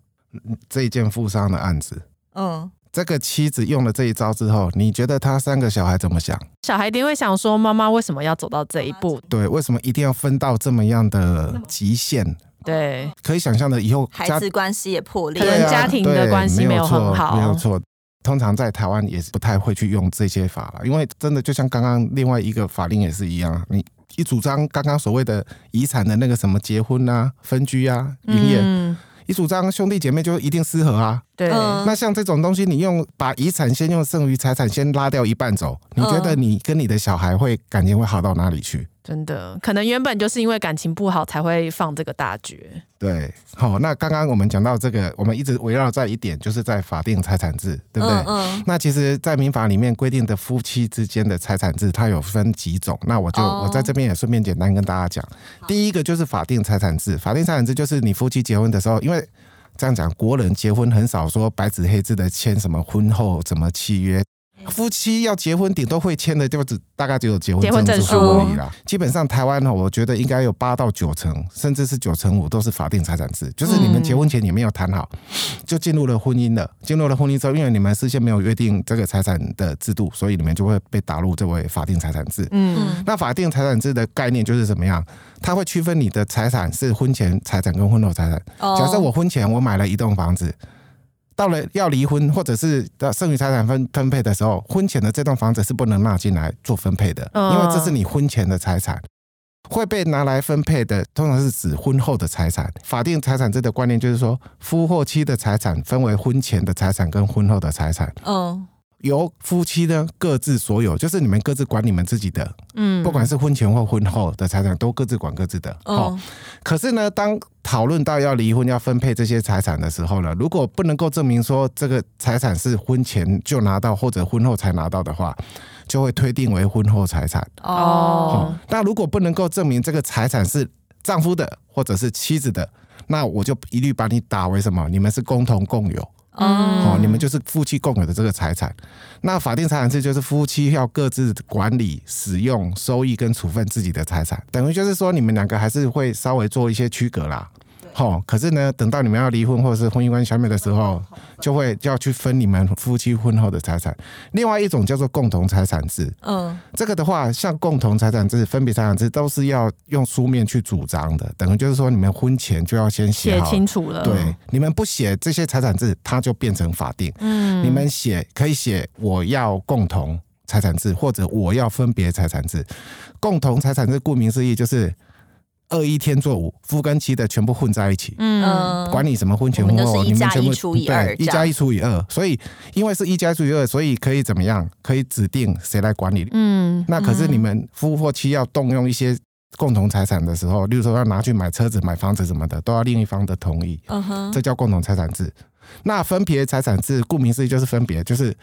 S4: 这一件富商的案子，
S2: 嗯，
S4: 这个妻子用了这一招之后，你觉得他三个小孩怎么想？
S3: 小孩一定会想
S2: 嗯
S3: 说，妈妈为什么要走到这一步？
S4: 对，为什么一定要分到这么样的极限？
S3: 对，
S4: 可以想象的，以后
S2: 孩
S4: 家
S2: 子关系也破裂
S3: 可
S4: 对
S3: 能
S4: 啊
S3: 家庭的
S4: 对
S3: 关系
S4: 没
S3: 没有
S4: 错
S3: 很好
S4: 没有错。通常在台湾也是不太会去用这些法了，因为真的就像刚刚另外一个法令也是一样，你一主张刚刚所谓的遗产的那个什么结婚啊、分居啊、营业，
S3: 嗯，
S4: 一主张兄弟姐妹就一定适合啊。
S3: 对，
S2: 嗯
S4: 那像这种东西，你用把遗产先用剩余财产先拉掉一半走，你觉
S3: 嗯
S4: 得你跟你的小孩会感情会好到哪里去？
S3: 真的，可能原本就是因为感情不好才会放这个大绝，
S4: 对，好、那刚刚我们讲到这个，我们一直围绕在一点，就是在法定财产制，对不对？
S2: 嗯
S4: 那其实，在民法里面规定的夫妻之间的财产制，它有分几种。那我就、
S2: 哦
S4: 我在这边也顺便简单跟大家讲，第一个就是法定财产制。法定财产制就是你夫妻结婚的时候，因为这样讲，国人结婚很少说白纸黑字的签什么婚后什么契约。夫妻要结婚，顶多会签的就只大概只有结婚
S3: 结婚证
S4: 证
S3: 书
S4: 书而已啊啦。基本上台湾呢，我觉得应该有八到九成，甚至是九成五都是法定财产制，就是你们结婚前你没有谈好，就进入了婚姻了。进入了婚姻之后，因为你们事先没有约定这个财产的制度，所以你们就会被打入这为法定财产制。
S3: 嗯，
S2: 嗯
S4: 那法定财产制的概念就是怎么样？它会区分你的财产是婚前财产跟婚后财产。
S2: 哦
S4: 假设我婚前我买了一栋房子，到了要离婚或者是到剩余财产分分配的时候，婚前的这栋房子是不能纳进来做分配的，因
S3: 嗯
S4: 为这是你婚前的财产。会被拿来分配的，通常是指婚后的财产。法定财产制的观念就是说，夫或妻的财产分为婚前的财产跟婚后的财产，
S2: 嗯
S4: 由夫妻呢各自所有，就是你们各自管你们自己的，
S3: 嗯
S4: 不管是婚前或婚后的财产，都各自管各自的。好、
S2: 嗯
S4: 可是呢，当讨论到要离婚要分配这些财产的时候呢，如果不能够证明说这个财产是婚前就拿到或者婚后才拿到的话，就会推定为婚后财产。
S2: 哦
S3: 哦
S4: 那如果不能够证明这个财产是丈夫的或者是妻子的，那我就一律把你打为什么？你们是共同共有。
S2: 哦
S3: 嗯
S4: 哦，你们就是夫妻共有的这个财产。那法定财产制就是夫妻要各自管理、使用、收益跟处分自己的财产，等于就是说你们两个还是会稍微做一些区隔啦。好、可是呢，等到你们要离婚或者是婚姻关系消灭的时候，就会就要去分你们夫妻婚后的财产。另外一种叫做共同财产制，
S2: 嗯
S4: 这个的话，像共同财产制、分别财产制都是要用书面去主张的，等于就是说你们婚前就要先写
S3: 写
S4: 好
S3: 清楚了，
S4: 对，你们不写这些财产制，它就变成法定。嗯，你们写可以写我要共同财产制，或者我要分别财产制。共同财产制顾名思义就是二一天作五，夫跟妻的全部混在一起。
S3: 嗯，
S2: 嗯，
S4: 管你什么婚前
S2: 我
S4: 婚
S2: 们都
S4: 后，
S2: 是一
S4: 你们
S2: 加
S4: 全
S2: 一
S4: 部
S2: 除以二
S4: 对一
S2: 这
S4: 加
S2: 样
S4: 一除以二，所以因为是一加一除以二，所以可以怎么样？可以指定谁来管理。
S3: 嗯，
S4: 那可是你们夫或妻要动用一些共同财产的时候，例如说要拿去买车子、买房子什么的，都要另一方的同意。
S2: 嗯哼
S4: 这叫共同财产制。那分别财产制，顾名思义就是分别，就是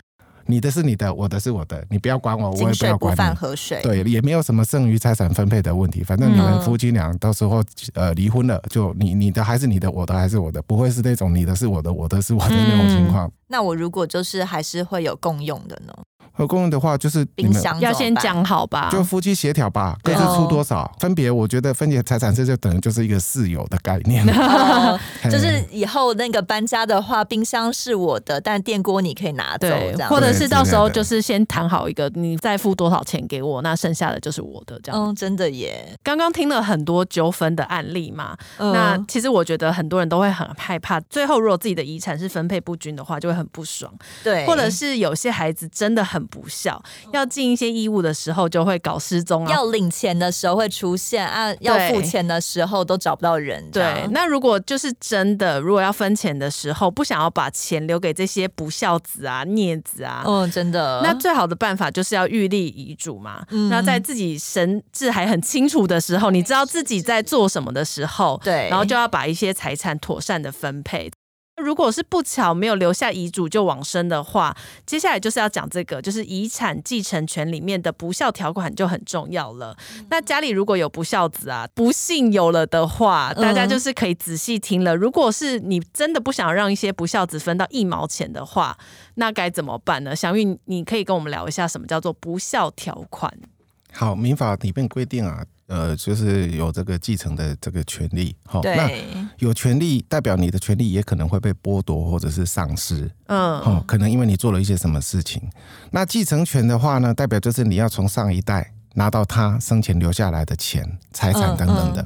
S4: 你的是你的，我的是我的，你不要管我，我
S2: 井
S4: 也不
S2: 水
S4: 要
S2: 不
S4: 管
S2: 犯
S4: 你。
S2: 河水，
S4: 对，也没有什么剩余财产分配的问题，反正你们
S2: 嗯
S4: 夫妻俩到时候呃离婚了，就你你的还是你的，我的还是我的，不会是那种你的是我的，我的是我的那种情况。
S2: 那我如果就是还是会有共用的呢，
S4: 和公用的话就是你
S2: 冰
S4: 们
S2: 箱
S3: 要
S2: 怎么
S3: 先
S2: 办
S3: 讲好吧，
S4: 就夫妻协调吧，各自出多少，
S2: 啊
S4: 分别我觉得分别财产制就等于就是一个室友的概 念，
S2: 哦
S4: 嘿
S2: 就是以后那个搬家的话，冰箱是我的，但电锅你可以拿走，这
S3: 对，
S2: 样
S3: 或者是
S4: 对
S3: 到时候
S4: 之类的
S3: 就是先谈好一个，你再付多少钱给我，那剩下的就是我的这样。
S2: 嗯，真的耶，
S3: 刚刚听了很多纠纷的案例嘛，
S2: 嗯
S3: 那其实我觉得很多人都会很害怕，最后如果自己的遗产是分配不均的话，就会很不爽，
S2: 对，嗯
S3: 或者是有些孩子真的很不孝，要尽一些义务的时候就会搞失踪啊。
S2: 要领钱的时候会出现啊，要付钱的时候都找不到人，这
S3: 对
S2: 样，
S3: 那如果就是真的，如果要分钱的时候，不想要把钱留给这些不孝子啊、孽子啊，
S2: 嗯，真的，
S3: 那最好的办法就是要预立遗嘱嘛。
S2: 嗯
S3: 那在自己神志还很清楚的时候，你知道自己在做什么的时候，
S2: 对
S3: 然后就要把一些财产妥善的分配。如果是不巧没有留下遗嘱就往生的话，接下来就是要讲这个，就是遗产继承权里面的不孝条款就很重要了。那家里如果有不孝子啊，不幸有了的话，
S2: 嗯
S3: 大家就是可以仔细听了。如果是你真的不想让一些不孝子分到一毛钱的话，那该怎么办呢？祥玉，你可以跟我们聊一下什么叫做不孝条款？
S4: 好，民法里面规定啊，呃，就是有这个继承的这个权利。好、哦那
S2: 对，
S4: 有权利代表你的权利也可能会被剥夺或者是丧失。
S3: 嗯，
S4: 哦，可能因为你做了一些什么事情。那继承权的话呢，代
S2: 嗯
S4: 表就是你要从上一代拿到他生前留下来的钱、财产等等的。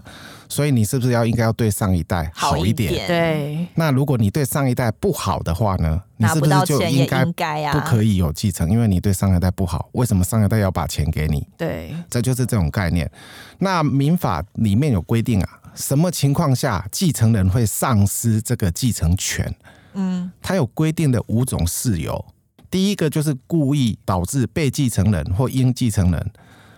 S4: 所以你是不是要应该要对上一代好一点？
S2: 点，
S3: 对，
S4: 那如果你对上一代不好的话呢，你
S2: 拿
S4: 是
S2: 不
S4: 是
S2: 到
S4: 就
S2: 钱也
S4: 应该
S2: 应该啊，
S4: 不可以有继承？因为你对上一代不好，为什么上一代要把钱给你？
S3: 对，
S4: 这就是这种概念。那民法里面有规定啊，什么情况下继承人会丧失这个继承权？嗯，它有规定的五种事由。第一个就是故意导致被继承人或应继承人。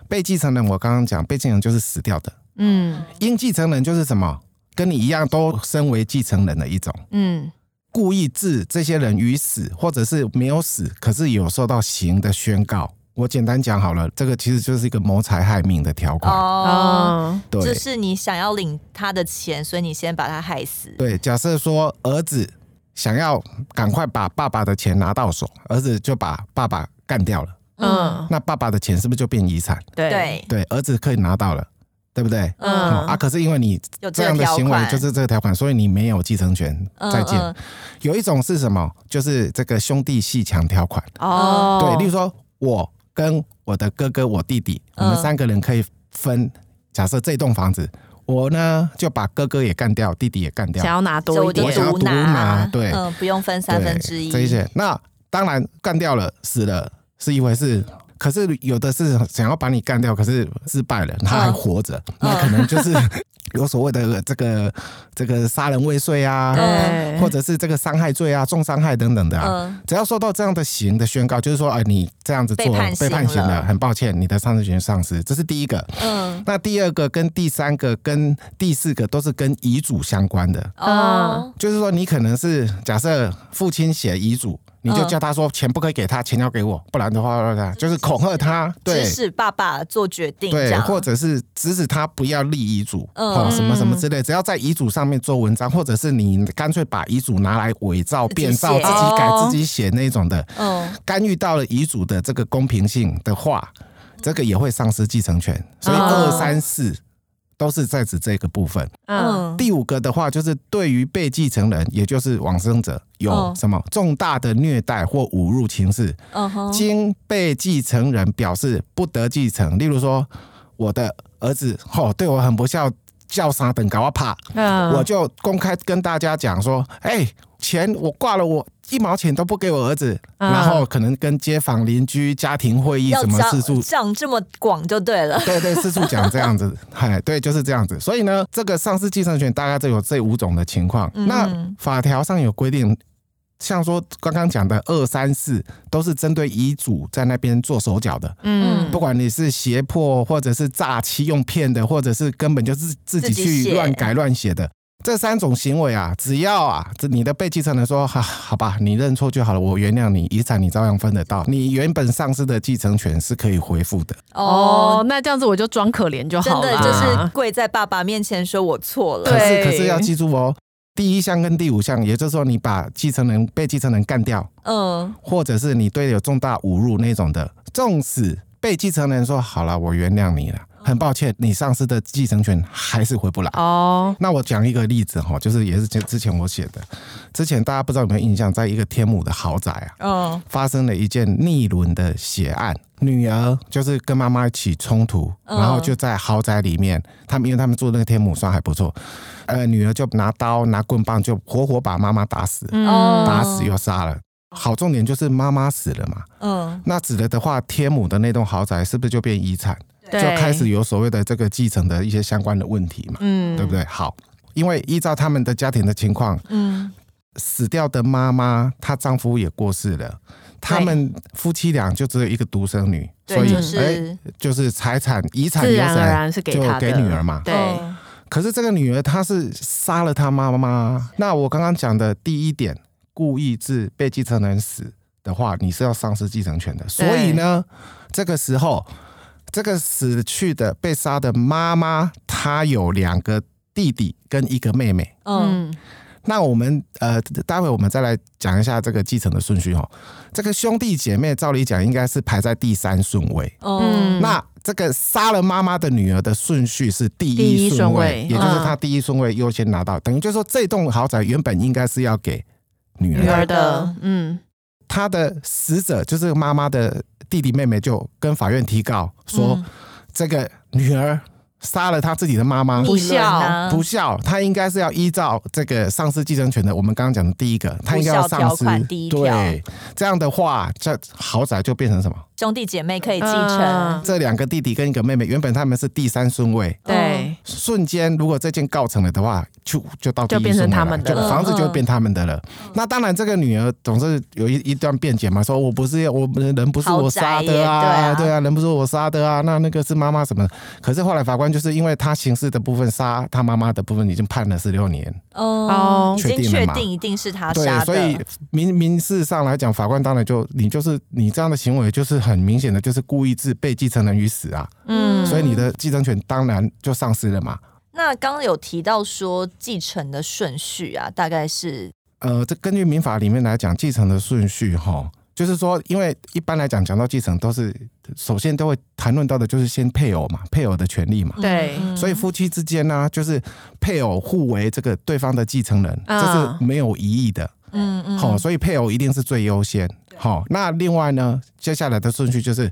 S4: 被继承人，我刚刚讲，被继承人就是死掉的，
S3: 嗯
S4: 应继承人就是什么？跟你一样都身为继承人的一种。
S3: 嗯，
S4: 故意致这些人于死，或者是没有死，可是有受到刑的宣告。我简单讲好了，这个其实就是一个谋财害命的条款。
S2: 哦。
S3: 哦，
S4: 对、
S2: 就是你想要领他的钱，所以你先把他害死。
S4: 对，假设说儿子想要赶快把爸爸的钱拿到手，儿子就把爸爸干掉了，
S3: 嗯，
S4: 那爸爸的钱是不是就变遗产？
S3: 对，
S2: 对，
S4: 对，儿子可以拿到了，对不对？
S2: 嗯
S3: 嗯
S4: 啊，可是因为你
S2: 有
S4: 这
S2: 个
S4: 样的
S2: 条
S4: 行为
S2: 款
S4: 就是这个条款，所以你没有继承权。再见。
S2: 嗯
S4: 有一种是什么？就是这个兄弟戏强条款。
S3: 哦，
S4: 对，例如说我跟我的哥哥、我弟弟，我们
S2: 嗯
S4: 三个人可以分。假设这栋房子，我呢就把哥哥也干掉，弟弟也干掉
S3: 想，要拿
S2: 就
S3: 多一
S2: 一定
S4: 我想要
S3: 点，
S2: 独
S4: 独拿啊对
S2: 嗯，不用分三分之一。
S4: 对这一些。那当然干掉了，死了是一回事。可是有的是想要把你干掉，可是失败了，他还活着，
S2: 嗯
S4: 那可能就是 有所谓的这个这个杀人未遂啊，
S3: 对，
S4: 或者是这个伤害罪啊、重伤害等等的啊。
S2: 嗯，
S4: 只要受到这样的刑的宣告，就是说，哎，你这样子做
S2: 被判刑
S4: 刑
S2: 了
S4: 了，很抱歉，你的上诉权丧失，这是第一个。
S2: 嗯，
S4: 那第二个、跟第三个、跟第四个都是跟遗嘱相关的，
S2: 哦，
S4: 就是说，你可能是假设父亲写遗嘱，你就
S2: 嗯
S4: 叫他说钱不可以给他，钱要给我，不然的话，就是恐吓他，对
S2: 指使爸爸做决定，这
S4: 对，
S2: 样
S4: 或者是指使他不要立遗嘱，
S2: 嗯
S4: 哦，什么什么之类，只要在遗嘱上面做文章，或者是你干脆把遗嘱拿来伪造、
S2: 自己
S4: 变造、
S2: 写
S4: 自己改、
S3: 哦
S4: 自己写那种的，
S2: 嗯，
S4: 干预到了遗嘱的这个公平性的话，这个也会丧失继承权。
S2: 嗯
S4: 所以
S3: 哦
S4: 二三四都是在指这个部分。
S3: 嗯
S2: 嗯，
S4: 第五个的话，就是对于被继承人，也就是往生者，
S2: 哦
S4: 有什么重大的虐待或侮辱情事，
S2: 嗯哼，
S4: 经被继承人表示不得继承。例如说，我的儿子吼、对我很不孝，叫啥等搞我怕。
S3: 嗯，
S4: 我就公开跟大家讲说，哎、钱我挂了我，一毛钱都不给我儿子，
S3: 嗯
S4: 然后可能跟街坊邻居、家庭会议
S2: 要
S4: 什么
S2: 讲
S4: 四处。
S2: 讲这么广就对了。
S4: 对对，四处讲这样子，哎，对，就是这样子。所以呢，这个丧失继承权大概就有这五种的情况。那法条上有规定，像说刚刚讲的二三四，都是针对遗嘱在那边做手脚的。
S3: 嗯
S4: 不管你是胁迫，或者是诈欺用骗的，或者是根本就是
S2: 自
S4: 自
S2: 己
S4: 己
S2: 写
S4: 去乱改乱写的，这三种行为啊，只要啊，这你的被继承人说，哈、好吧，你认错就好了，我原谅你，遗产你照样分得到，你原本丧失的继承权是可以恢复的。
S3: 哦，，那这样子我就装可怜就
S2: 真
S3: 好了，
S2: 的就是跪在爸爸面前说我错了。
S4: 可
S3: 对
S4: 是可是要记住哦，第一项跟第五项，也就是说你把继承人被继承人干掉，
S2: 嗯，
S4: 或者是你对有重大侮辱那种的，纵使被继承人说好了，我原谅你了，很抱歉，你丧失的继承权还是回不来。
S3: 哦，
S4: 那我讲一个例子哈，就是也是之之前我写的，之前大家不知道有没有印象，在一个天母的豪宅啊，
S2: 嗯
S4: 发生了一件逆伦的血案，女儿就是跟妈妈起冲突，
S2: 嗯
S4: 然后就在豪宅里面，他们因为他们住那个天母算还不错，呃，女儿就拿刀拿棍棒就活活把妈妈打死，
S3: 嗯
S2: 哦
S4: 打死又杀了。好，重点就是妈妈死了嘛，
S2: 嗯，
S4: 那死了的话，天母的那栋豪宅是不是就变遗产？就
S3: 对
S4: 开始有所谓的这个继承的一些相关的问题嘛，
S3: 嗯
S4: 对不对？好，因为依照他们的家庭的情况，
S2: 嗯，
S4: 死掉的妈妈，她丈夫也过世了，他们夫妻俩就只有一个独生女，所
S2: 对，
S4: 以
S2: 就
S4: 哎，
S2: 是
S4: 就是财产遗产
S3: 自
S4: 留
S3: 然
S4: 下
S3: 而
S4: 来
S3: 然是给
S4: 就
S3: 他的
S4: 给女儿嘛。
S3: 对，
S2: 嗯
S4: 可是这个女儿她是杀了她妈妈，那我刚刚讲的第一点，故意致被继承人死的话，你是要丧失继承权的。所以呢，这个时候，这个死去的被杀的妈妈，她有两个弟弟跟一个妹妹。
S2: 嗯
S4: 那我们呃，待会我们再来讲一下这个继承的顺序哦。这个兄弟姐妹照理讲应该是排在第三顺位，
S2: 嗯
S4: 那这个杀了妈妈的女儿的顺序是第
S3: 第一
S4: 一
S3: 顺
S4: 顺
S3: 位
S4: 位，也就是她第一顺位优先拿到，等于就是说这栋豪宅原本应该是要给女
S3: 女
S4: 儿的，
S3: 儿的，嗯
S4: 她的死者就是妈妈的弟弟妹妹就跟法院提告说，这个女儿杀了他自己的妈
S2: 嗯
S4: 妈，
S3: 不孝
S2: 啊
S4: 不孝，他应该是要依照这个丧失继承权的，我们刚刚讲的第一个，他应该要丧
S2: 不孝
S4: 失
S2: 条款第一条
S4: 对，这样的话，这豪宅就变成什么？
S2: 兄弟姐妹可以继
S3: 嗯
S2: 承，
S4: 这两个弟弟跟一个妹妹，原本他们是第三顺位，
S3: 嗯对，
S4: 瞬间如果这件告成了的话，就就到第一
S3: 就变成
S4: 顺位
S3: 他
S4: 了
S3: 们的
S4: 就
S3: 了
S4: 房子就
S2: 嗯
S4: 变他们的了。那当然，这个女儿总是有一一段辩解嘛，说我不是我人不是我杀的啊，
S2: 豪宅耶对啊
S4: 对啊，人不是我杀的啊，那那个是妈妈什么的？可是后来法官就是因为他刑事的部分杀他妈妈的部分已经判了十六年，
S2: 哦，已
S4: 确
S2: 经
S4: 定了
S2: 确
S4: 嘛
S2: 定一定是他
S4: 对
S2: 啊杀，的，
S4: 所以民民事上来讲，法官当然就你就是你这样的行为就是很明显的就是故意致被继承人于死啊，
S3: 嗯，
S4: 所以你的继承权当然就丧失了嘛。
S2: 那刚刚有提到说继承的顺序啊，大概是
S4: 呃，这根据民法里面来讲，继承的顺序哈，就是说，因为一般来讲讲到继承，都是首先都会谈论到的就是先配偶嘛，配偶的权利嘛。
S2: 嗯
S3: 对
S4: 所以夫妻之间呢、就是配偶互为这个对方的继承人，
S3: 啊
S4: 这是没有疑义的。
S2: 嗯嗯
S4: 好、所以配偶一定是最优先。好、那另外呢，接下来的顺序就是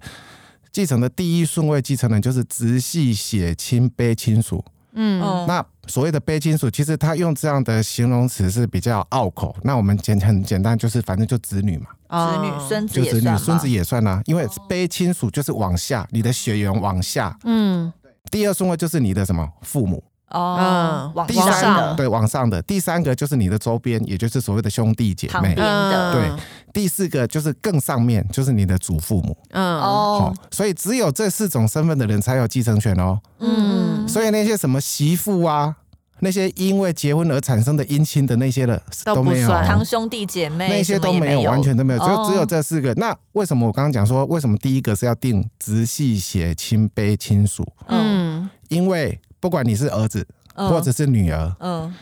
S4: 继承的第一顺位继承人就是直系血亲卑亲属。
S3: 嗯，
S2: 嗯
S4: 那所谓的卑亲属，其实他用这样的形容词是比较拗口。那我们简很简单，就是反正就子女嘛，
S2: 子
S3: 哦
S2: 女孙子
S4: 就
S2: 也
S4: 子
S2: 算
S4: 女、
S2: 吗哦
S4: 孙子也算啦、因为卑亲属就是往下，你的血缘往下。
S3: 嗯，
S4: 第二顺位就是你的什么父母，
S2: 哦
S3: 嗯，
S2: 往
S4: 第
S3: 往
S2: 上
S4: 三
S3: 上
S4: 个
S2: 的
S4: 对往上的，第三个就是你的周边，也就是所谓的兄弟姐
S2: 旁
S4: 妹
S2: 边。
S3: 嗯
S2: 的
S4: 对，第四个就是更上面，就是你的祖父母。
S3: 嗯，
S4: 哦
S2: 哦，，
S4: 所以只有这四种身份的人才有继承权哦。
S2: 嗯嗯，
S4: 所以那些什么媳妇啊，那些因为结婚而产生的姻亲的那些人
S3: 都不
S4: 没有，
S3: 算
S2: 堂兄弟姐妹
S4: 那些
S2: 哎什么
S4: 都
S2: 也
S4: 没有，完全都没有，
S2: 哦
S4: 就只有这四个。那为什么我刚刚讲说，为什么第一个是要定直系血亲卑亲属？
S2: 嗯
S3: 嗯，
S4: 因为不管你是儿子
S2: 嗯
S4: 或者是女儿，
S2: 嗯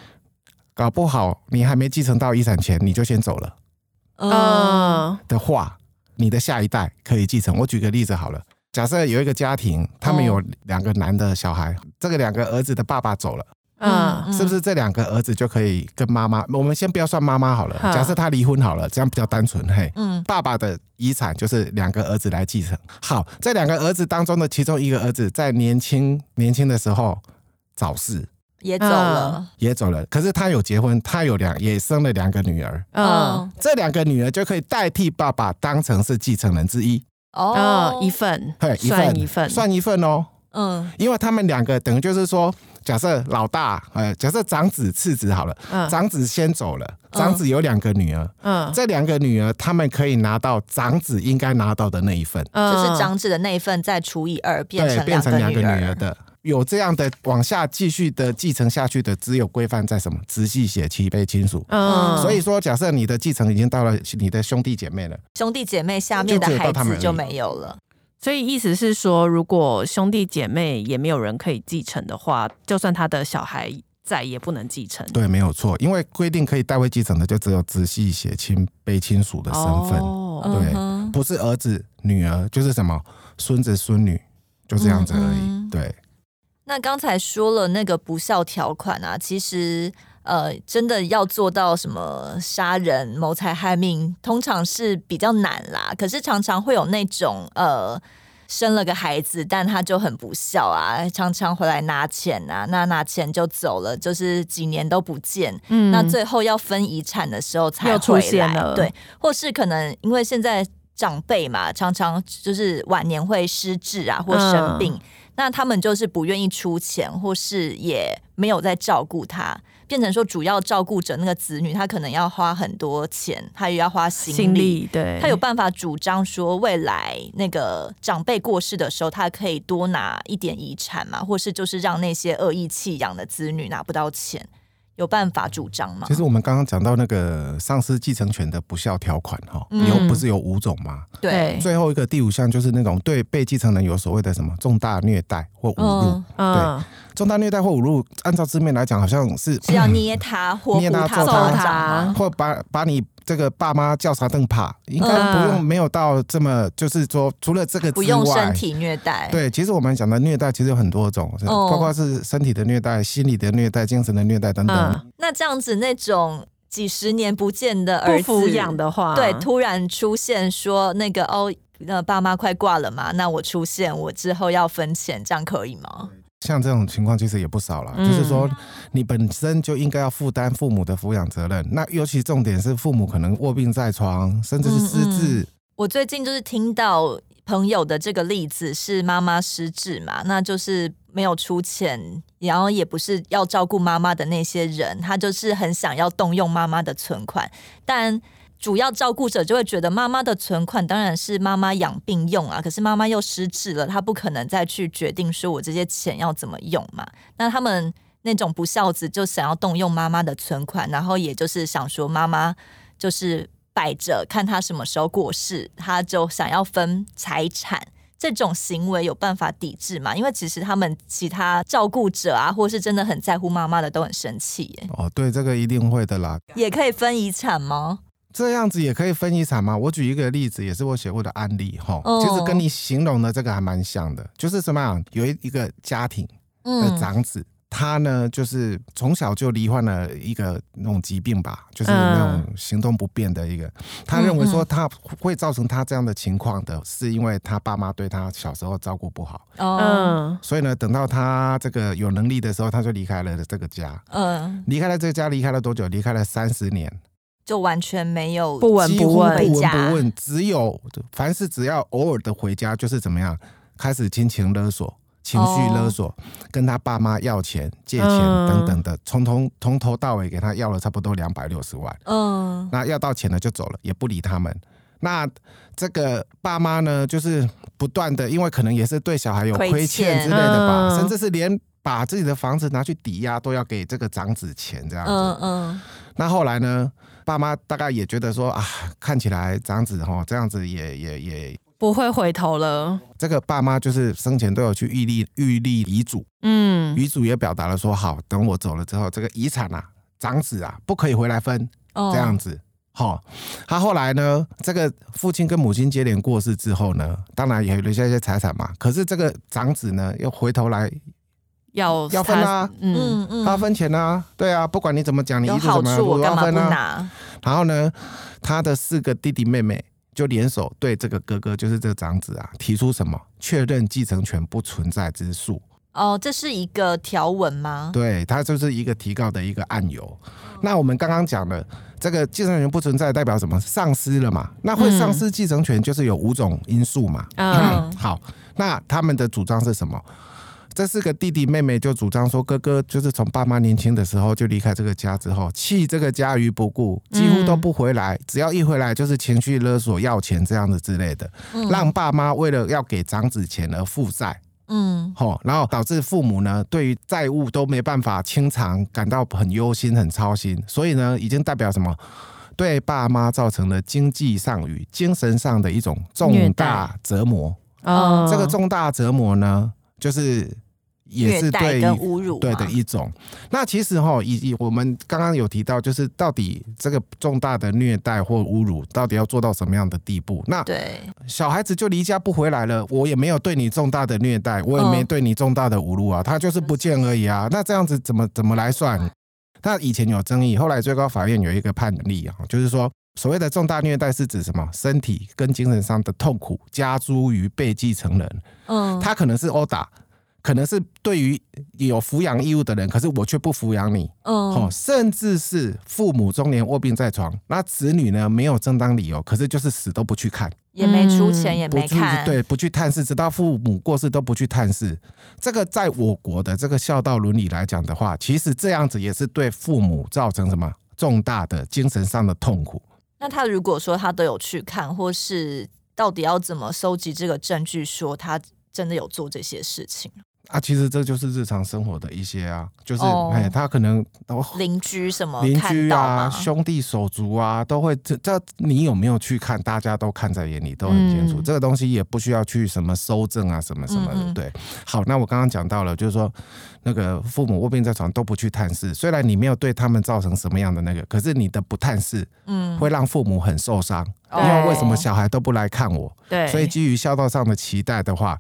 S4: 搞不好你还没继承到遗产前你就先走了
S2: 嗯
S4: 的话，你的下一代可以继承。我举个例子好了。假设有一个家庭，他
S2: 嗯
S4: 们有两个男的小孩，这个两个儿子的爸爸走了，
S3: 嗯，
S4: 是不是这两个儿子就可以跟妈妈？我们先不要算妈妈好了，
S3: 好
S4: 假设他离婚好了，这样比较单纯。嘿，
S2: 嗯
S4: 爸爸的遗产就是两个儿子来继承。好，这两个儿子当中的其中一个儿子在年轻年轻的时候早逝
S2: 也走了，
S4: 也走了，可是他有结婚，他有两也生了两个女儿，
S3: 嗯，
S2: 嗯
S4: 这两个女儿就可以代替爸爸当成是继承人之一，
S2: 哦
S3: 嗯，一份
S4: 嘿，，一份
S3: 算一份，
S4: 算一份哦。
S2: 嗯
S4: 因为他们两个等于就是说，假设老大，呃，假设长子、次子好了，
S3: 嗯
S4: 长子先走了，长子有两个女儿，
S3: 嗯，
S4: 这两个女儿他们可以拿到长子应该拿到的那一份，
S3: 嗯
S2: 就是长子的那一份再除以二变
S4: 对，
S2: 成
S4: 变
S2: 两
S4: 成
S2: 个
S4: 两个
S2: 女
S4: 女儿
S2: 儿，
S4: 的。有这样的往下继续的继承下去的，只有规范在什么直系血亲卑亲属。
S3: 嗯，
S4: 所以说，假设你的继承已经到了你的兄弟姐妹了，
S2: 兄弟姐妹下面的
S4: 就只有到
S2: 孩
S4: 他们
S2: 子
S4: 而已
S2: 就没有了，
S3: 所以意思是说，如果兄弟姐妹也没有人可以继承的话，就算他的小孩在，也不能继承。
S4: 对，没有错，因为规定可以代位继承的就只有直系血亲卑亲属的身份。
S3: 哦，
S4: 对
S2: 嗯哼
S4: 不是儿子、女儿，就是什么孙子、孙女，就这样子而已。
S2: 嗯嗯
S4: 对，
S2: 那刚才说了那个不孝条款啊，其实呃，真的要做到什么杀人、谋财害命，通常是比较难啦。可是常常会有那种呃，生了个孩子，但他就很不孝啊，常常回来拿钱啊，那拿钱就走了，就是几年都不见。
S3: 嗯
S2: 那最后要分遗产的时候才
S3: 又出
S2: 回
S3: 现
S2: 来
S3: 了
S2: 对，或是可能因为现在长辈嘛，常常就是晚年会失智啊，或生病，那他们就是不愿意出钱，或是也没有在照顾他，变成说主要照顾者那个子女，他可能要花很多钱，他也要花心力。
S3: 心力对，
S2: 他有办法主张说，未来那个长辈过世的时候，他可以多拿一点遗产嘛，或是就是让那些恶意弃养的子女拿不到钱，有办法主张吗
S4: 其？实我们刚刚讲到那个丧失继承权的不孝条款哈，
S2: 嗯
S4: 有不是有五种吗？
S2: 对，
S4: 最后一个第五项就是那种对被继承人有所谓的什么重大虐待或侮辱。
S2: 嗯，
S3: 嗯
S4: 重大虐待或侮辱，按照字面来讲，好像是
S2: 是要捏 他或
S4: 捏
S2: 呼
S4: 他
S2: 他
S4: 揍
S2: 巴
S4: 他
S2: 掌吗
S4: 或把把你这个爸妈叫啥凳怕，应该不用
S3: 嗯
S4: 没有到这么，就是说除了这个之
S2: 不
S4: 外，
S2: 用身体虐待。
S4: 对，其实我们讲的虐待其实有很多种，是
S2: 哦
S4: 包括是身体的虐待、心理的虐待、精神的虐待等等。
S3: 嗯，
S2: 那这样子，那种几十年不见的
S3: 不
S2: 儿子，
S3: 抚养的话，
S2: 对，突然出现说那呃个哦，那爸妈快挂了嘛，那我出现，我之后要分钱，这样可以吗？
S4: 像这种情况其实也不少
S2: 嗯
S4: 了，就是说你本身就应该要负担父母的抚养责任。那尤其重点是父母可能卧病在床，甚至是失
S2: 嗯
S4: 智，
S2: 我最近就是听到朋友的这个例子是妈妈失智嘛，那就是没有出钱，然后也不是要照顾妈妈的那些人，他就是很想要动用妈妈的存款，但。主要照顾者就会觉得妈妈的存款当然是妈妈养病用啊，可是妈妈又失智了，她不可能再去决定说我这些钱要怎么用嘛。那他们那种不孝子就想要动用妈妈的存款，然后也就是想说妈妈就是摆着看她什么时候过世，她就想要分财产。这种行为有办法抵制吗？因为其实他们其他照顾者啊，或是真的很在乎妈妈的，都很生气 耶。
S4: 哦，对，这个一定会的啦。
S2: 也可以分遗产吗？
S4: 这样子也可以分遗产吗？我举一个例子，也是我写过的案例哈，
S2: 哦
S4: 其实跟你形容的这个还蛮像的，就是什么啊？有一一个家庭
S2: 嗯
S4: 的长子，他呢就是从小就罹患了一个那种疾病吧，就是那种行动不便的一个。他认为说他会造成他这样的情况的，是因为他爸妈对他小时候照顾不好，
S2: 哦，
S3: 嗯
S4: 所以呢，等到他这个有能力的时候，他就离开了这个家。
S2: 嗯，
S4: 离开了这个家，离开了多久？离开了三十年。
S2: 就完全没有
S3: 不闻
S4: 几
S3: 不
S4: 乎
S3: 问
S4: 不
S2: 回
S4: 闻
S2: 家
S4: 不问，只有凡是只要偶尔的回家，就是怎么样，开始亲情勒索、情绪勒索，跟他爸妈要钱、借钱
S3: 哦嗯
S4: 等等的，从头从头到尾给他要了差不多两百六十万。
S2: 嗯
S4: 那要到钱了就走了，也不理他们。那这个爸妈呢，就是不断的，因为可能也是对小孩有
S2: 亏
S4: 亏欠
S2: 欠
S4: 之类的吧，
S3: 嗯
S4: 甚至是连把自己的房子拿去抵押都要给这个长子钱这样子。
S2: 嗯嗯，
S4: 那后来呢，爸妈大概也觉得说啊，看起来长子哈这样子也也也，
S3: 不会回头了。
S4: 这个爸妈就是生前都有去预立预立遗嘱，
S3: 嗯，
S4: 遗嘱也表达了说好，等我走了之后，这个遗产啊，长子啊不可以回来分
S2: 哦
S4: 这样子。好、他后来呢，这个父亲跟母亲接连过世之后呢，当然也留下一些财产嘛。可是这个长子呢，又回头来
S3: 要
S4: 要分
S3: 他
S4: 啊，
S3: 嗯，
S2: 嗯嗯，
S4: 他分钱啊，对啊，不管你怎么讲，你
S2: 有
S4: 遗嘱
S2: 好
S4: 怎么样
S2: 处我
S4: 都
S2: 干
S4: 要
S2: 嘛不
S4: 分啊。
S2: 拿？
S4: 然后呢，他的四个弟弟妹妹就联手对这个哥哥，就是这个长子啊，提出什么确认继承权不存在之诉。
S2: 哦，这是一个条文吗？
S4: 对，他就是一个提告的一个案由。那我们刚刚讲的这个继承权不存在，代表什么？丧失了嘛？那会丧失继承权，就是有五种因素嘛。
S3: 嗯
S4: 好，那他们的主张是什么？这四个弟弟妹妹就主张说，哥哥就是从爸妈年轻的时候就离开这个家之后，弃这个家于不顾，几乎都不回来。只要一回来，就是情绪勒索、要钱这样子之类的，让爸妈为了要给长子钱而负债。
S2: 嗯
S4: 吼，然后导致父母呢对于债务都没办法清偿，感到很忧心、很操心，所以呢，已经代表什么？对爸妈造成了经济上与精神上的一种重大折磨。
S3: 哦
S4: 嗯这个重大折磨呢，就是也
S2: 嗯虐
S4: 是
S2: 待
S4: 对
S2: 跟侮辱嘛，啊
S4: 对的一种。那其实哈，以以我们刚刚有提到，就是到底这个重大的虐待或侮辱，到底要做到什么样的地步？那
S2: 对，
S4: 小孩子就离家不回来了，我也没有对你重大的虐待，我也
S2: 嗯
S4: 没对你重大的侮辱啊，他就是不见而已啊。那这样子怎么怎么来
S2: 嗯
S4: 算？那以前有争议，后来最高法院有一个判例啊，就是说所谓的重大虐待是指什么？身体跟精神上的痛苦加诸于被继承人，
S2: 嗯，
S4: 他可能是殴打，可能是对于有抚养义务的人，可是我却不抚养你，哦
S2: 嗯，
S4: 甚至是父母中年卧病在床，那子女呢没有正当理由，可是就是死都不去看。
S2: 也没出钱，也
S4: 嗯不
S2: 没
S4: 去
S2: 看，
S4: 对不去探视，直到父母过世都不去探视。这个在我国的这个孝道伦理来讲的话，其实这样子也是对父母造成什么重大的精神上的痛苦。
S2: 那他如果说他都有去看，或是到底要怎么收集这个证据，说他真的有做这些事情？
S4: 啊，其实这就是日常生活的一些啊，就是哎、
S2: 哦
S4: 嘿他可能哦
S2: 邻居什么
S4: 邻
S2: 看
S4: 居
S2: 到嗯
S4: 啊、
S2: 吗？
S4: 兄弟手足啊，都会这这你有没有去看？大家都看在眼里，都很清楚。
S3: 嗯
S4: 这个东西也不需要去什么搜证啊，什么什么的。
S2: 嗯嗯
S4: 对，好，那我刚刚讲到了，就是说那个父母卧病在床都不去探视，虽然你没有对他们造成什么样的那个，可是你的不探视
S2: 嗯，
S4: 会让父母很受伤。
S2: 哦
S4: 因为为什么小孩都不来看我？
S3: 对，
S4: 所以基于孝道上的期待的话，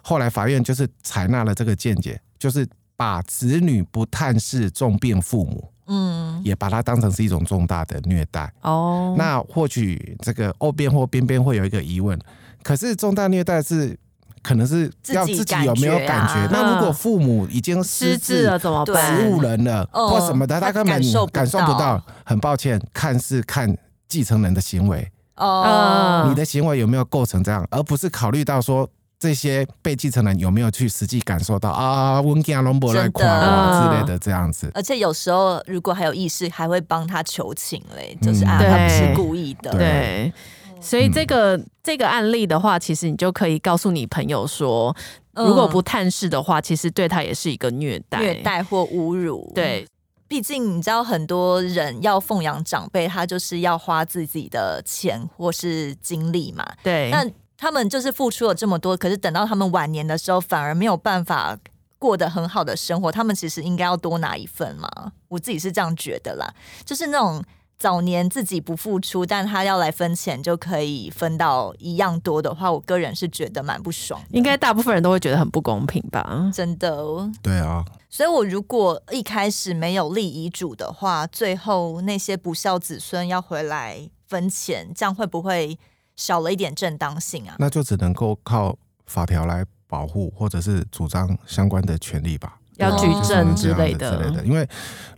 S4: 后来法院就是采纳了这个见解，就是把子女不探视重病父母。
S2: 嗯，
S4: 也把它当成是一种重大的虐待。
S3: 哦，
S4: 哦那或许这个欧边或边边会有一个疑问，可是重大虐待是可能是要自己有没有感
S2: 自己感觉啊
S4: 觉。那如果父母已经失
S3: 失智
S4: 智
S3: 了怎么
S2: 对
S3: 办？
S4: 植物人了
S2: 嗯
S4: 或什么的，
S2: 他
S4: 他根本
S2: 感受不
S4: 感受
S2: 到
S4: 不到。很抱歉，看是看继承人的行为，
S2: 哦，
S3: 嗯
S4: 你的行为有没有构成这样，而不是考虑到说。这些被继承人有没有去实际感受到啊？温家龙伯来夸
S3: 真
S4: 我
S3: 的
S4: 之类的这样子，
S2: 而且有时候如果还有意识，还会帮他求情嘞，就是啊，
S3: 嗯
S2: 他不是
S3: 对
S2: 故意的。
S4: 对
S3: 对，所以这个、这个案例的话，其实你就可以告诉你朋友说，
S2: 嗯
S3: 如果不探视的话，其实对他也是一个虐待。
S2: 虐，待嗯或侮辱，，
S3: 对
S2: 毕竟你知道，很多人要奉养长辈，他就是要花自己的钱或是精力嘛。
S4: 哎
S3: 对，
S2: 那他们就是付出了这么多，可是等到他们晚年的时候，反而没有办法过得很好的生活。他们其实应该要多拿一份嘛，我自己是这样觉得啦。就是那种早年自己不付出，但他要来分钱就可以分到一样多的话，我个人是觉得蛮不爽的
S3: 应该大部分人都会觉得很不公平吧？
S2: 真的哦。
S4: 对啊，
S2: 所以我如果一开始没有立遗嘱的话，最后那些不孝子孙要回来分钱，这样会不会少了一点正当性啊？
S4: 那就只能够靠法条来保护，或者是主张相关的权利吧，
S3: 要
S4: 对啊
S2: 举
S4: 就只能
S2: 证
S4: 这样
S3: 之类
S4: 子
S3: 的
S4: 之类的。因为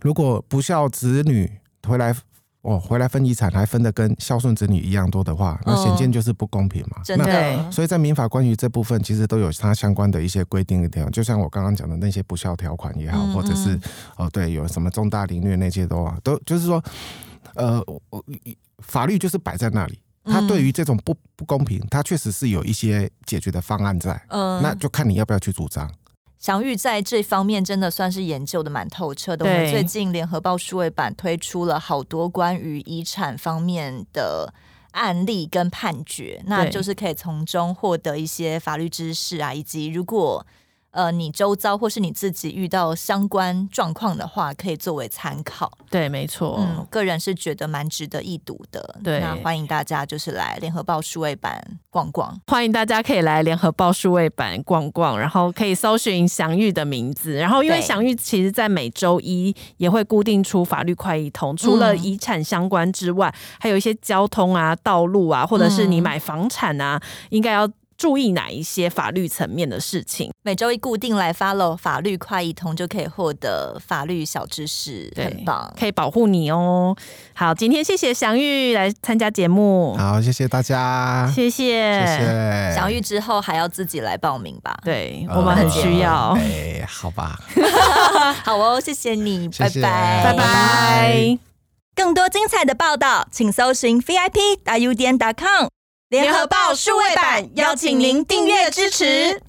S4: 如果不孝子女回来。哦，回来分遗产还分的跟孝顺子女一样多的话，那显见就是不公平嘛。
S2: 真
S4: 那
S2: 的
S3: 对，
S4: 所以在民法关于这部分，其实都有它相关的一些规定的地方，就像我刚刚讲的那些不孝条款也好，
S2: 嗯
S4: 或者是
S2: 嗯
S4: 哦对，有什么重大凌虐那些都啊，都就是说，呃，我我法律就是摆在那里，它
S2: 嗯
S4: 对于这种不不公平，它确实是有一些解决的方案在，
S2: 嗯，
S4: 那就看你要不要去主张。
S2: 祥玉在这方面真的算是研究的蛮透彻的。我
S3: 对
S2: 们最近联合报数位版推出了好多关于遗产方面的案例跟判决，那就是可以从中获得一些法律知识啊，以及如果呃你周遭或是你自己遇到相关状况的话，可以作为参考。
S3: 对，没错。
S2: 嗯，个人是觉得蛮值得一读的。
S3: 哦对
S2: 那欢迎大家就是来联合报数位版逛逛。
S3: 欢迎大家可以来联合报数位版逛逛，然后可以搜寻祥玉的名字。然后因为
S2: 对
S3: 祥玉其实在每周一也会固定出法律快一通，除
S4: 嗯
S3: 了遗产相关之外，还有一些交通啊、道路啊，或者是
S4: 嗯
S3: 你买房产啊，应该要注意哪一些法律层面的事情。
S2: 每周一固定来 follow 法律快一通，就可以获得法律小知识，
S3: 对
S2: 很棒。
S3: 可以保护你哦。好，今天谢谢祥玉来参加节
S2: 哦
S3: 目，
S4: 好，谢谢大家，
S3: 谢谢，
S4: 谢谢，
S2: 相遇之后还要自己来报名吧。
S3: 对
S4: 呃，
S3: 我们很需要。
S4: 哎，好吧，
S2: 好哦，谢谢你，
S4: 谢谢
S2: 拜
S3: 拜拜。
S2: 更多精彩的报道，请搜寻 VIP 大 U 点 .com 联合报数位版，邀请您订阅支持。